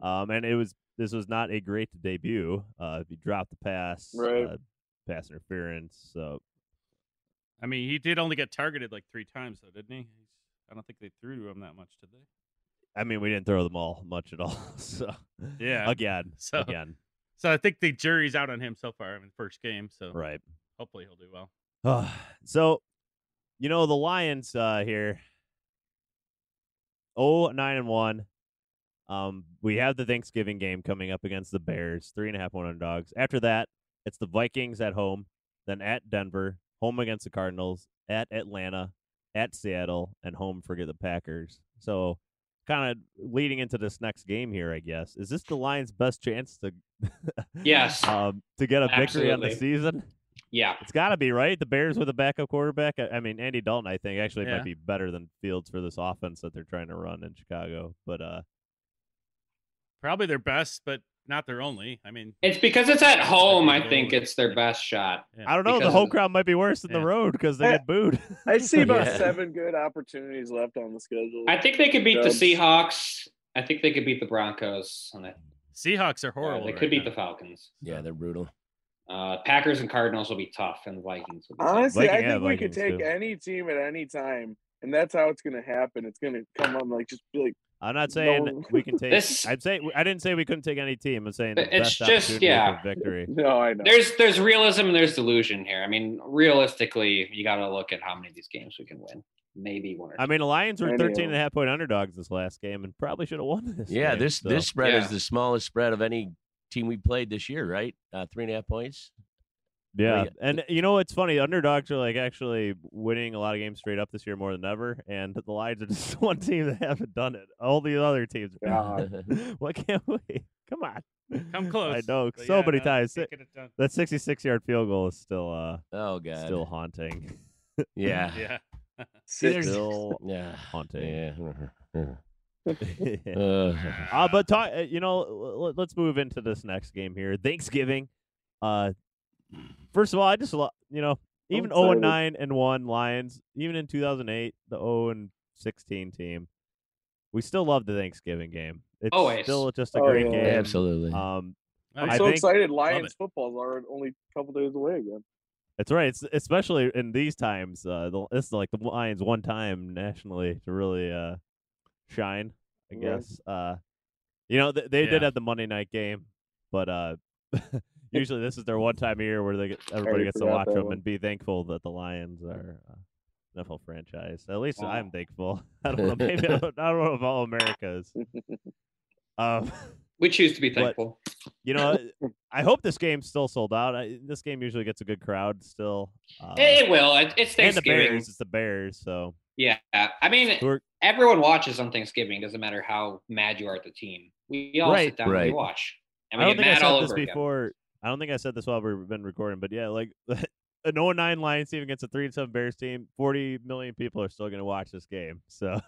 Speaker 1: Um, and it was this was not a great debut. Uh, he dropped the pass,
Speaker 7: Right.
Speaker 1: uh, pass interference. So
Speaker 2: I mean, he did only get targeted like three times, though, didn't he? I don't think they threw to him that much, did they?
Speaker 1: I mean, we didn't throw them all much at all. So
Speaker 2: Yeah.
Speaker 1: again,
Speaker 2: So-
Speaker 1: again,
Speaker 2: So I think the jury's out on him so far in the first game. So
Speaker 1: right.
Speaker 2: hopefully he'll do well.
Speaker 1: Uh, so, you know, the Lions uh, here, oh nine and 1. Um, we have the Thanksgiving game coming up against the Bears, three and a half one underdogs. After that, it's the Vikings at home, then at Denver, home against the Cardinals, at Atlanta, at Seattle, and home for the Packers. So, kind of leading into this next game here, I guess. Is this the Lions' best chance to,
Speaker 6: Yes.
Speaker 1: um, to get a victory on the
Speaker 6: Absolutely.
Speaker 1: season?
Speaker 6: Yeah.
Speaker 1: It's got to be right. The Bears with a backup quarterback. I, I mean, Andy Dalton, I think, actually
Speaker 2: Yeah.
Speaker 1: might be better than Fields for this offense that they're trying to run in Chicago. But uh,
Speaker 2: Probably their best, but not their only. I mean,
Speaker 6: It's because it's at home, I
Speaker 2: goal.
Speaker 6: think it's their best shot.
Speaker 2: yeah.
Speaker 1: I don't know. The
Speaker 6: Because
Speaker 1: whole
Speaker 6: of-
Speaker 1: crowd might be worse than
Speaker 2: Yeah.
Speaker 1: the road because they
Speaker 7: Eh,
Speaker 1: get booed.
Speaker 7: I see about
Speaker 4: Yeah.
Speaker 7: seven good opportunities left on the schedule.
Speaker 6: I think they could beat
Speaker 7: Dubs.
Speaker 6: the Seahawks. I think they could beat the Broncos. And I-
Speaker 2: Seahawks are
Speaker 6: they
Speaker 2: horrible.
Speaker 6: could
Speaker 2: right
Speaker 6: beat
Speaker 2: now.
Speaker 6: the Falcons.
Speaker 4: Yeah, they're brutal.
Speaker 6: Uh, Packers and Cardinals will be tough, and the Vikings will be tough.
Speaker 7: Honestly,
Speaker 1: Viking-
Speaker 7: I
Speaker 1: yeah,
Speaker 7: think we could
Speaker 1: Vikings,
Speaker 7: take
Speaker 1: too.
Speaker 7: any team at any time, and that's how it's going to happen. It's going to come on like just be like,
Speaker 1: I'm not saying
Speaker 7: No.
Speaker 1: we can take.
Speaker 6: This-
Speaker 1: I'm saying I didn't say we couldn't take any team. I'm saying the best
Speaker 6: It's just-
Speaker 1: opportunity
Speaker 6: yeah.
Speaker 1: for victory.
Speaker 7: no, I know.
Speaker 6: There's there's realism and there's delusion here. I mean, realistically, you got to look at how many of these games we can win. Maybe one or two.
Speaker 1: I mean, the Lions were
Speaker 7: I
Speaker 1: 13 and
Speaker 7: know.
Speaker 1: a half point underdogs this last game and probably should have won this.
Speaker 4: Yeah,
Speaker 1: game,
Speaker 4: this
Speaker 1: so.
Speaker 4: this spread
Speaker 6: Yeah.
Speaker 4: is the smallest spread of any team we played this year, right? Uh, three and a half points.
Speaker 1: Yeah,
Speaker 4: Like,
Speaker 1: and you know it's funny. Underdogs are like actually winning a lot of games straight up this year more than ever, and the Lions are just one team that haven't done it. All the other teams. Why can't we? Come on,
Speaker 2: Come close.
Speaker 1: I know
Speaker 2: but
Speaker 1: so
Speaker 2: yeah,
Speaker 1: many
Speaker 2: no,
Speaker 1: times.
Speaker 2: can't get it done.
Speaker 1: That sixty-six yard field goal is still uh
Speaker 4: oh god.
Speaker 1: still haunting.
Speaker 4: Yeah.
Speaker 2: Yeah.
Speaker 4: See, there's-
Speaker 1: Still
Speaker 4: Yeah.
Speaker 1: haunting.
Speaker 4: Yeah.
Speaker 1: Yeah.
Speaker 4: Uh,
Speaker 1: Uh, but talk, uh, you know, l- l- let's move into this next game here. Thanksgiving. Uh, first of all, I just lo- you know, even
Speaker 7: I'm
Speaker 1: zero and
Speaker 7: excited.
Speaker 1: nine and one Lions, even in 2008, the zero and 16 team, we still love the Thanksgiving game. It's
Speaker 6: Always.
Speaker 1: still just a
Speaker 7: Oh,
Speaker 1: great
Speaker 7: yeah.
Speaker 1: game.
Speaker 4: absolutely.
Speaker 1: Um,
Speaker 7: I'm
Speaker 1: I
Speaker 7: so
Speaker 1: think-
Speaker 7: excited. Lions
Speaker 2: it.
Speaker 7: football's are only a couple days away again.
Speaker 1: that's right. It's especially in these times. Uh, the, this is like the Lions' one time nationally to really uh shine. I
Speaker 7: Right.
Speaker 1: guess. Uh, you know, th- they did
Speaker 2: Yeah.
Speaker 1: have the Monday night game, but uh, usually this is their one time a year where they get, everybody
Speaker 7: already
Speaker 1: gets to
Speaker 7: forgot
Speaker 1: watch
Speaker 7: that
Speaker 1: them
Speaker 7: one.
Speaker 1: and be thankful that the Lions are uh, NFL franchise. At least
Speaker 6: Wow.
Speaker 1: I'm thankful. I don't know. Maybe I don't, I don't know if all America's. Um,
Speaker 6: we choose to be
Speaker 1: What-
Speaker 6: thankful.
Speaker 1: you know, I hope this game's still sold out. I, this game usually gets a good crowd still. Uh,
Speaker 6: it, it will. It, it's
Speaker 1: and the
Speaker 6: Thanksgiving.
Speaker 1: Bears, it's the Bears. So
Speaker 6: Yeah, I mean,
Speaker 1: Who are-
Speaker 6: everyone watches on Thanksgiving. Doesn't matter how mad you are at the team. We all
Speaker 1: Right.
Speaker 6: sit down and
Speaker 4: Right.
Speaker 6: we watch, and
Speaker 1: I
Speaker 6: we
Speaker 1: don't
Speaker 6: get
Speaker 1: think I
Speaker 6: mad all
Speaker 1: said this
Speaker 6: over again.
Speaker 1: before. I don't think I said this while we've been recording, but yeah, like a no nine Lions team against a three and seven Bears team, forty million people are still going to watch this game. So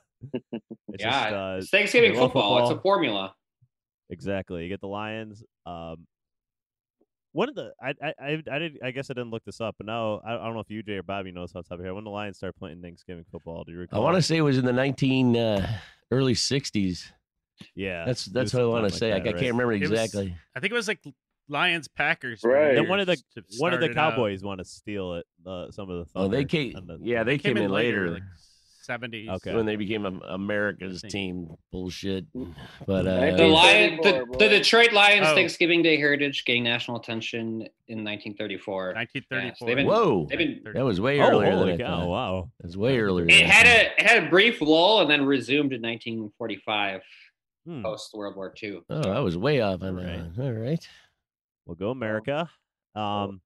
Speaker 1: it's
Speaker 6: yeah,
Speaker 1: just, uh,
Speaker 6: it's Thanksgiving
Speaker 1: they love
Speaker 6: football. It's a
Speaker 1: football.
Speaker 6: formula.
Speaker 1: Exactly. You get the Lions. Um, one of the I I I, I did I guess I didn't look this up, but now I, I don't know if you Jay or Bobby knows off the top of your head. When the Lions start playing Thanksgiving football, do you
Speaker 4: I
Speaker 1: recall?
Speaker 4: want to say it was in the 19 uh, early 60s.
Speaker 1: Yeah,
Speaker 4: That's
Speaker 1: do
Speaker 4: that's what I
Speaker 1: something
Speaker 4: want
Speaker 1: like
Speaker 4: to say.
Speaker 1: that,
Speaker 4: Like, I
Speaker 1: right?
Speaker 4: can't remember
Speaker 2: It was-
Speaker 4: exactly.
Speaker 2: I think it was like Lions Packers.
Speaker 7: Right.
Speaker 1: Then one of the-
Speaker 2: to
Speaker 1: One of
Speaker 2: start
Speaker 1: the
Speaker 2: it out.
Speaker 1: Cowboys want to steal it. Uh, some of the
Speaker 4: Oh, they
Speaker 1: thunder
Speaker 4: came.
Speaker 1: on the-
Speaker 4: Yeah, they came, in later.
Speaker 2: like seventies.
Speaker 1: Okay.
Speaker 4: when they became Am- America's
Speaker 2: Thank-
Speaker 4: team bullshit. But uh,
Speaker 7: Nineteen-
Speaker 6: The,
Speaker 7: Hey,
Speaker 6: Lion,
Speaker 7: Teddy
Speaker 6: the,
Speaker 7: Boy,
Speaker 6: the
Speaker 7: boy.
Speaker 6: Detroit Lions
Speaker 2: Oh.
Speaker 6: Thanksgiving Day heritage gained national attention in 1934.
Speaker 2: Nineteen thirty four.
Speaker 6: they've been-
Speaker 4: whoa,
Speaker 6: they've been-
Speaker 4: that was way
Speaker 1: Oh,
Speaker 4: earlier.
Speaker 1: holy
Speaker 4: than I
Speaker 1: cow!
Speaker 4: thought.
Speaker 1: Wow.
Speaker 4: That's way earlier.
Speaker 6: It
Speaker 4: than I
Speaker 6: had
Speaker 4: thought.
Speaker 6: a it had a brief lull and then resumed in 1945
Speaker 1: Hmm.
Speaker 6: post World War II.
Speaker 4: Oh, I was way off on that.
Speaker 1: Right.
Speaker 4: one. All right.
Speaker 1: We'll go America. Um,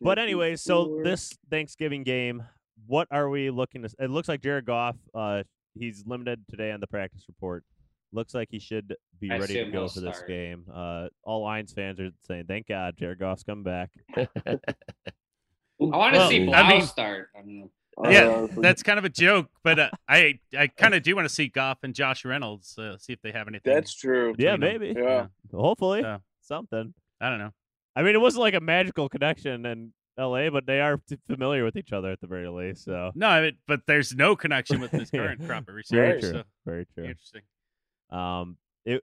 Speaker 1: but anyway, so this Thanksgiving game, what are we looking to? It looks like Jared Goff. Uh, he's limited today on the practice report. Looks like he should be
Speaker 6: I
Speaker 1: ready to
Speaker 6: assume
Speaker 1: go
Speaker 6: he'll
Speaker 1: for this
Speaker 6: start.
Speaker 1: game. Uh, all Lions fans are saying, "Thank God, Jared Goff's come back."
Speaker 6: I want to
Speaker 2: Well,
Speaker 6: see
Speaker 2: I
Speaker 6: Blau
Speaker 2: mean-
Speaker 6: start. I mean,
Speaker 2: Yeah, that's kind of a joke, but uh, I I kind of do want to see Goff and Josh Reynolds uh, see if they have anything.
Speaker 7: that's true.
Speaker 1: Yeah,
Speaker 2: between them.
Speaker 1: maybe.
Speaker 7: Yeah.
Speaker 1: Hopefully,
Speaker 2: Yeah.
Speaker 1: something.
Speaker 2: I don't know.
Speaker 1: I mean, it wasn't like a magical connection in L.A., but they are t- familiar with each other at the very least. So
Speaker 2: No, I mean, but there's no connection with this
Speaker 1: Yeah.
Speaker 2: current crop of
Speaker 1: very
Speaker 2: receivers.
Speaker 1: true.
Speaker 2: So
Speaker 1: Very true.
Speaker 2: interesting.
Speaker 1: Um, it,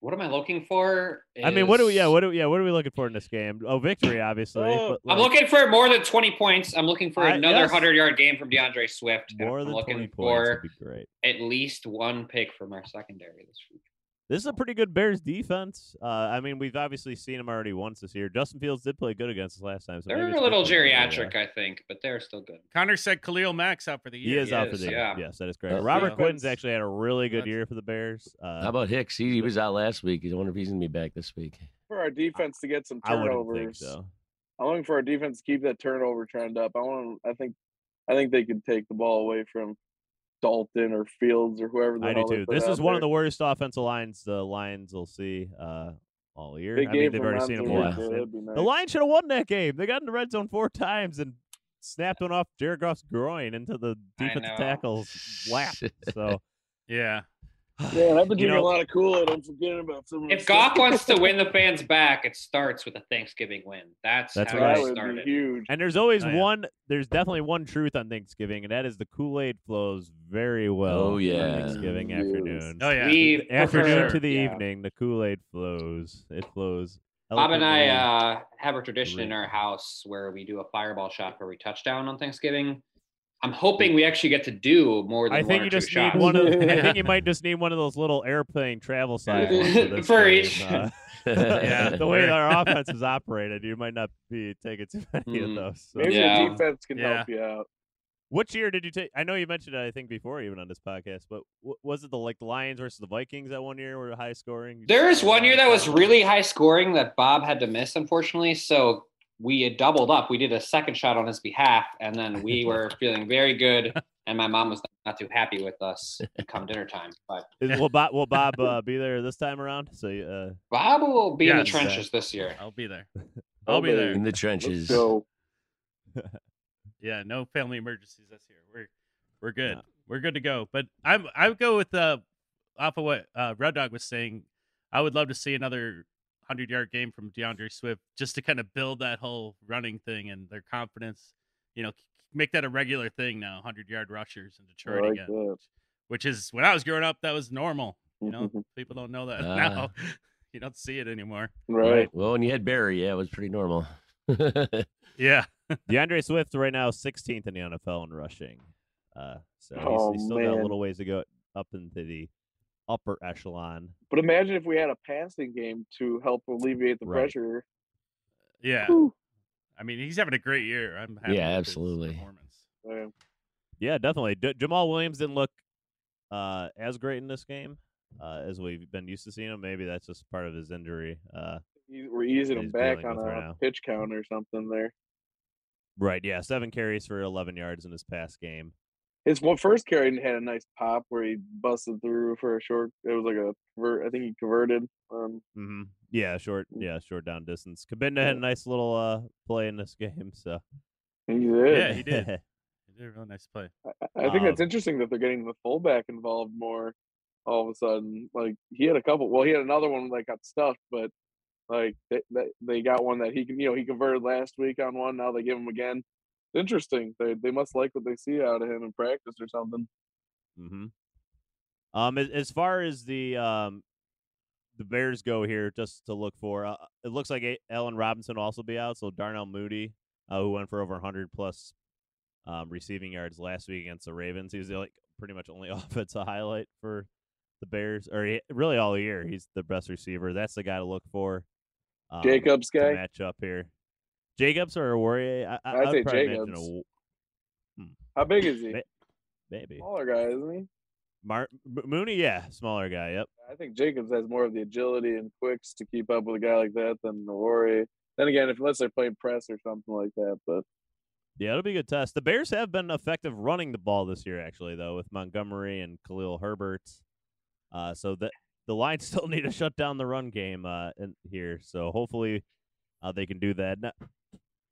Speaker 6: what am I looking for?
Speaker 1: I mean, what do we? Yeah,
Speaker 6: is-
Speaker 1: what do we? Yeah, what are we looking for in this game? Oh, victory, obviously.
Speaker 7: Oh,
Speaker 1: but,
Speaker 6: I'm
Speaker 1: like,
Speaker 6: looking for more than 20 points. I'm looking for
Speaker 1: I-
Speaker 6: another
Speaker 1: yes.
Speaker 6: 100 yard game from DeAndre Swift. and
Speaker 1: more
Speaker 6: I'm
Speaker 1: than twenty
Speaker 6: looking
Speaker 1: points
Speaker 6: for
Speaker 1: would be great.
Speaker 6: at least one pick from our secondary this week.
Speaker 1: This is a pretty good Bears defense. Uh, I mean, we've obviously seen them already once this year. Justin Fields did play good against us last time. So maybe
Speaker 6: They're
Speaker 1: it's
Speaker 6: a little
Speaker 1: different than they
Speaker 6: geriatric,
Speaker 1: were.
Speaker 6: I think, but they're still good.
Speaker 2: Connor said Khalil Mack's out for the
Speaker 1: He
Speaker 2: year.
Speaker 1: is
Speaker 6: he
Speaker 1: out for
Speaker 6: is,
Speaker 1: the year.
Speaker 6: yeah.
Speaker 1: Yes, that is correct.
Speaker 4: That's-
Speaker 1: Robert
Speaker 2: yeah.
Speaker 1: Quinn's actually had a really good
Speaker 2: That's-
Speaker 1: year for the Bears.
Speaker 4: How
Speaker 1: Uh,
Speaker 4: about Hicks? He, he was out last week. I wonder if he's gonna be back this week.
Speaker 7: for our defense to get some
Speaker 1: I wouldn't
Speaker 7: turnovers.
Speaker 1: think so.
Speaker 7: I'm looking for our defense to keep that turnover trend up. I want. I think. I think they could take the ball away from Dalton or Fields or whoever. The
Speaker 1: I do
Speaker 7: hell they
Speaker 1: too.
Speaker 7: put
Speaker 1: This
Speaker 7: out
Speaker 1: is one of the
Speaker 7: there.
Speaker 1: worst offensive lines the Lions will see uh, all year.
Speaker 7: They
Speaker 1: I mean,
Speaker 7: gave
Speaker 1: they've
Speaker 7: them
Speaker 1: already
Speaker 7: on
Speaker 1: seen
Speaker 7: to
Speaker 1: them
Speaker 4: the
Speaker 1: once.
Speaker 7: Luka,
Speaker 4: Lions.
Speaker 7: that'd be nice.
Speaker 1: The Lions should have won that game. They got in the red zone four times and snapped one off Jared Goff's groin into the
Speaker 6: I
Speaker 1: defensive
Speaker 6: know.
Speaker 1: tackle's lap. So
Speaker 2: Yeah.
Speaker 7: Yeah, and I've been
Speaker 1: you
Speaker 7: drinking
Speaker 1: know-
Speaker 7: a lot of Kool Aid. I'm forgetting about some. of the
Speaker 6: If
Speaker 7: stuff.
Speaker 6: Goff wants to win the fans back, it starts with a Thanksgiving win. That's,
Speaker 1: That's
Speaker 6: how
Speaker 1: right.
Speaker 7: that
Speaker 6: it
Speaker 7: would be
Speaker 6: started.
Speaker 7: huge.
Speaker 1: And there's always
Speaker 2: Oh, yeah.
Speaker 1: one. There's definitely one truth on Thanksgiving, and that is the Kool Aid flows very well.
Speaker 4: Oh,
Speaker 1: on
Speaker 4: yeah.
Speaker 1: Thanksgiving
Speaker 7: Yes.
Speaker 1: afternoon.
Speaker 2: Oh yeah.
Speaker 6: We
Speaker 1: The afternoon
Speaker 6: prefer-
Speaker 1: to the
Speaker 6: yeah.
Speaker 1: evening, the Kool Aid flows. It flows.
Speaker 6: Bob and I
Speaker 1: eloquently.
Speaker 6: uh, have a tradition in
Speaker 1: Great.
Speaker 6: our house where we do a fireball shot where we touch down on Thanksgiving. I'm hoping we actually get to do more than
Speaker 1: I
Speaker 6: one
Speaker 1: think
Speaker 6: or
Speaker 1: you
Speaker 6: two
Speaker 1: just
Speaker 6: shots.
Speaker 1: need one of. I think you might just need one of those little airplane travel signs for, this
Speaker 6: For
Speaker 1: game,
Speaker 6: each.
Speaker 1: uh,
Speaker 2: Yeah.
Speaker 1: the way that our offense is operated, you might not be taking too many
Speaker 6: Mm.
Speaker 1: of those. So.
Speaker 7: Maybe
Speaker 6: Yeah.
Speaker 7: the defense can
Speaker 2: Yeah.
Speaker 7: help you out.
Speaker 1: Which year did you take? I know you mentioned it, I think, before even on this podcast, but w- was it the like the Lions versus the Vikings that one year were high scoring?
Speaker 6: There is one year that was really high scoring that Bob had to miss, unfortunately. So we had doubled up. We did a second shot on his behalf, and then we were feeling very good. And my mom was not too happy with us come dinner time. But
Speaker 1: Is, will Bob, will Bob uh, be there this time around? So uh,
Speaker 6: Bob will be in the
Speaker 2: Yes.
Speaker 6: trenches this year.
Speaker 2: I'll be there. I'll be
Speaker 7: baby.
Speaker 2: there.
Speaker 4: in the
Speaker 7: Let's
Speaker 4: trenches.
Speaker 7: go.
Speaker 2: Yeah, no family emergencies this year. We're we're good.
Speaker 1: No.
Speaker 2: We're good to go. But I'm I would go with uh off of what uh Red Dog was saying. I would love to see another hundred yard game from DeAndre Swift just to kind of build that whole running thing and their confidence. You know, c- make that a regular thing now. Hundred yard rushers in Detroit
Speaker 7: like
Speaker 2: again,
Speaker 7: that.
Speaker 2: which, which is when I was growing up, that was normal. You know, people don't know that
Speaker 4: Ah.
Speaker 2: now. You don't see it anymore.
Speaker 7: right.
Speaker 4: Well, when you had Barry, yeah, it was pretty normal.
Speaker 2: Yeah.
Speaker 1: DeAndre Swift right now is 16th in the NFL in rushing. Uh, so he's,
Speaker 7: Oh,
Speaker 1: he's still got a
Speaker 7: man.
Speaker 1: little ways to go up into the upper echelon.
Speaker 7: But imagine if we had a passing game to help alleviate the
Speaker 1: Right.
Speaker 7: pressure.
Speaker 2: Yeah.
Speaker 7: Whew.
Speaker 2: I mean, he's having a great year. I'm happy
Speaker 4: Yeah,
Speaker 2: with his
Speaker 4: absolutely.
Speaker 2: performance.
Speaker 7: Yeah.
Speaker 1: Yeah, definitely. D- Jamal Williams didn't look uh, as great in this game uh, as we've been used to seeing him. Maybe that's just part of his injury. Uh,
Speaker 7: E- We're easing
Speaker 1: He's
Speaker 7: them back
Speaker 1: dealing
Speaker 7: on a
Speaker 1: with right now.
Speaker 7: pitch count or something there.
Speaker 1: right, yeah, seven carries for 11 yards in his past game.
Speaker 7: His one first carry had a nice pop where he busted through for a short. It was like a convert. I think he converted. Um,
Speaker 1: Mm-hmm. Yeah, short.
Speaker 7: Mm.
Speaker 1: Yeah, short down distance. Kabinda had a nice little uh, play in this game. So
Speaker 7: he did.
Speaker 2: Yeah, he did. He did a really nice play.
Speaker 7: I think that's
Speaker 1: Um,
Speaker 7: interesting that they're getting the fullback involved more all of a sudden. Like he had a couple. Well, he had another one that got stuffed, but like they, they, they got one that he can. You know, he converted last week on one. Now they give him again. It's interesting. They they must like what they see out of him in practice or something.
Speaker 1: hmm Um, as, as far as the um, the Bears go here, just to look for, uh, it looks like A- Allen Robinson will also be out. So Darnell Moody, uh, who went for over 100 plus um, receiving yards last week against the Ravens. He was the, like pretty much only offensive highlight for the Bears, or he, really all year. He's the best receiver. That's the guy to look for. Um,
Speaker 7: Jacobs
Speaker 1: to
Speaker 7: guy?
Speaker 1: match up here. Jacobs or Warrior? I, I,
Speaker 7: I'd
Speaker 1: I'd
Speaker 7: say
Speaker 1: probably mention a
Speaker 7: Jacobs.
Speaker 1: Wa-
Speaker 7: How big is he?
Speaker 1: Ma- maybe
Speaker 7: Smaller guy, isn't he?
Speaker 1: Mar- M- Mooney. Yeah, smaller guy. Yep.
Speaker 7: I think Jacobs has more of the agility and quicks to keep up with a guy like that than Nori. Then again, if unless they're playing press or something like that, but
Speaker 1: Yeah, it'll be a good test. The Bears have been effective running the ball this year, actually, though, with Montgomery and Khalil Herbert. Uh, so the the Lions still need to shut down the run game uh, in, here. So hopefully uh, they can do that. Now,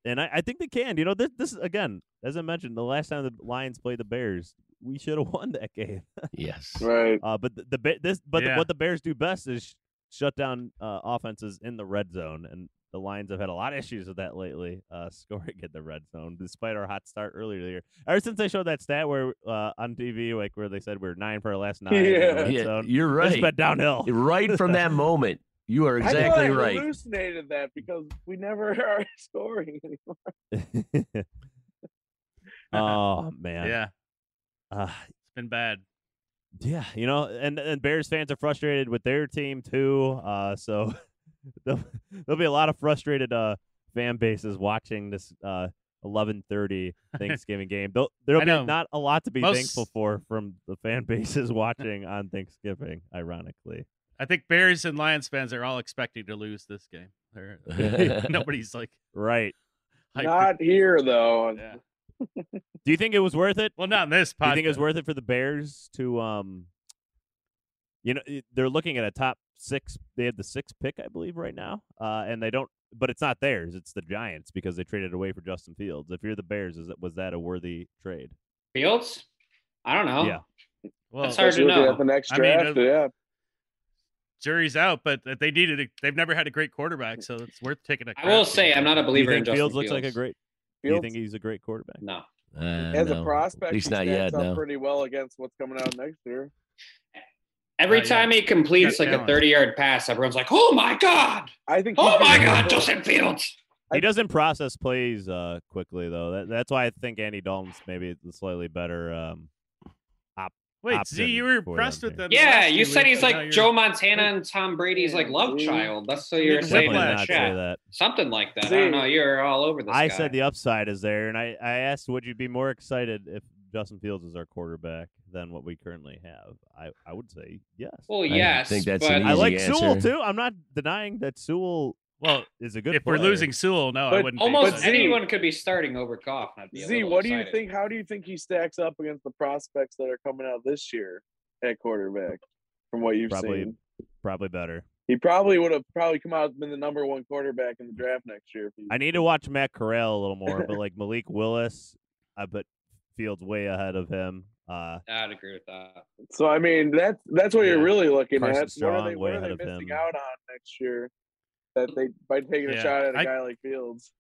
Speaker 1: and I, I think they can. You know, this, this again, as I mentioned, the last time the Lions played the Bears, we should have won that game.
Speaker 4: Yes.
Speaker 7: right,
Speaker 1: Uh, but the, the Ba- this but
Speaker 2: Yeah.
Speaker 1: the, what the Bears do best is sh- shut down uh, offenses in the red zone, and the Lions have had a lot of issues with that lately, uh, scoring in the red zone, despite our hot start earlier in the year. Ever since they showed that stat where uh, on TV, like where they said we are nine for our last nine, in the
Speaker 7: Yeah.
Speaker 1: red
Speaker 4: Yeah,
Speaker 1: zone,
Speaker 4: you're
Speaker 1: it's
Speaker 4: right.
Speaker 1: been downhill.
Speaker 4: Right from that moment, you are exactly
Speaker 7: I know I
Speaker 4: right.
Speaker 7: Hallucinated that because we never are scoring anymore.
Speaker 1: oh man,
Speaker 2: yeah,
Speaker 1: Uh,
Speaker 2: it's been bad.
Speaker 1: Yeah, you know, and and Bears fans are frustrated with their team too. Uh, so there'll, there'll be a lot of frustrated uh fan bases watching this uh 11:30 Thanksgiving game. There'll, there'll
Speaker 2: I
Speaker 1: be
Speaker 2: know.
Speaker 1: not a lot to be
Speaker 2: Most-
Speaker 1: thankful for from the fan bases watching on Thanksgiving, ironically.
Speaker 2: I think Bears and Lions fans are all expecting to lose this game. They're- nobody's like
Speaker 1: Right.
Speaker 2: hyped.
Speaker 7: Not here though.
Speaker 2: Yeah.
Speaker 1: Do you think it was worth it?
Speaker 2: Well, not in this
Speaker 1: Do
Speaker 2: podcast.
Speaker 1: you think it was worth it for the Bears to um you know it- they're looking at a top 6 they have the 6th pick I believe right now uh and they don't but it's not theirs it's the Giants because they traded away for Justin Fields. If you're the Bears is that was that a worthy trade?
Speaker 6: Fields? I don't know.
Speaker 1: Yeah.
Speaker 2: Well,
Speaker 6: That's hard to
Speaker 7: Especially looking
Speaker 6: know.
Speaker 7: At the next
Speaker 2: I mean,
Speaker 7: draft,
Speaker 2: uh,
Speaker 7: yeah.
Speaker 2: jury's out, but that they needed. A, they've never had a great quarterback, so it's worth taking a.
Speaker 6: I will
Speaker 2: crap
Speaker 6: say
Speaker 2: here.
Speaker 6: I'm not
Speaker 1: Do
Speaker 6: a
Speaker 1: you
Speaker 6: believer in
Speaker 1: think
Speaker 6: Justin
Speaker 1: Fields looks like a
Speaker 6: Fields.
Speaker 1: great Do you
Speaker 7: Fields,
Speaker 1: think he's a great quarterback?
Speaker 6: No.
Speaker 4: Uh,
Speaker 7: as
Speaker 4: no,
Speaker 7: a prospect,
Speaker 4: at
Speaker 7: he
Speaker 4: least not
Speaker 7: stands
Speaker 4: yet.
Speaker 7: up
Speaker 4: No.
Speaker 7: pretty well against what's coming out next year.
Speaker 6: Every
Speaker 2: Uh, yeah.
Speaker 6: time he
Speaker 2: Got
Speaker 6: completes like a
Speaker 2: talent.
Speaker 6: 30 yard pass, everyone's like, oh my God.
Speaker 7: I think.
Speaker 6: Oh
Speaker 7: he's
Speaker 6: my
Speaker 7: gonna-
Speaker 6: God, Justin Fields.
Speaker 1: He
Speaker 7: I-
Speaker 1: doesn't process plays uh, quickly though. That, that's why I think Andy Dalton's maybe the slightly better. Um,
Speaker 2: Wait, Z,
Speaker 1: option
Speaker 2: you were
Speaker 1: for
Speaker 2: impressed
Speaker 1: them
Speaker 2: with
Speaker 1: here.
Speaker 2: them.
Speaker 6: Yeah,
Speaker 2: last
Speaker 6: you
Speaker 2: two
Speaker 6: said
Speaker 2: weeks, and
Speaker 6: he's
Speaker 2: now
Speaker 6: like
Speaker 2: you're-
Speaker 6: Joe Montana and Tom Brady's like
Speaker 7: Yeah,
Speaker 6: love
Speaker 7: see?
Speaker 6: child. That's what
Speaker 2: You
Speaker 6: you're
Speaker 2: didn't
Speaker 6: saying in
Speaker 1: definitely
Speaker 2: Whiplash.
Speaker 6: the
Speaker 1: not say
Speaker 6: chat.
Speaker 1: that.
Speaker 6: Something like that. I
Speaker 7: See?
Speaker 6: don't know. You're all over this.
Speaker 1: I
Speaker 6: guy.
Speaker 1: said the upside is there, and I, I asked, would you be more excited if Justin Fields is our quarterback than what we currently have? I, I would say yes.
Speaker 6: Well,
Speaker 4: I
Speaker 6: yes.
Speaker 4: think that's
Speaker 6: but
Speaker 4: an
Speaker 1: I
Speaker 4: easy
Speaker 1: like Sewell
Speaker 4: answer.
Speaker 1: too. I'm not denying that Sewell
Speaker 2: Well,
Speaker 1: is a good.
Speaker 2: if we're
Speaker 1: player.
Speaker 2: losing Sewell, no, I
Speaker 7: But
Speaker 2: wouldn't. be
Speaker 6: almost
Speaker 7: But
Speaker 2: excited.
Speaker 7: Z-
Speaker 6: anyone could be starting over Goff. and I'd be a
Speaker 7: Z,
Speaker 6: little
Speaker 7: what do you
Speaker 6: excited.
Speaker 7: think? How do you think he stacks up against the prospects that are coming out this year at quarterback? From what you've
Speaker 1: Probably-
Speaker 7: seen,
Speaker 1: probably better.
Speaker 7: he probably would have probably come out and been the number one quarterback in the draft next year. If he,
Speaker 1: I need to watch Matt Corral a little more, but like Malik Willis, I put Fields way ahead of him. Uh,
Speaker 6: I'd agree with that.
Speaker 7: so I mean, that's that's what
Speaker 1: Yeah.
Speaker 7: you're really looking
Speaker 1: Carson
Speaker 7: at. what are they,
Speaker 1: Strong,
Speaker 7: what
Speaker 1: way
Speaker 7: are they
Speaker 1: ahead of
Speaker 7: missing
Speaker 1: him.
Speaker 7: out on next year that they by taking
Speaker 2: Yeah.
Speaker 7: a shot at a
Speaker 2: I-
Speaker 7: guy like Fields?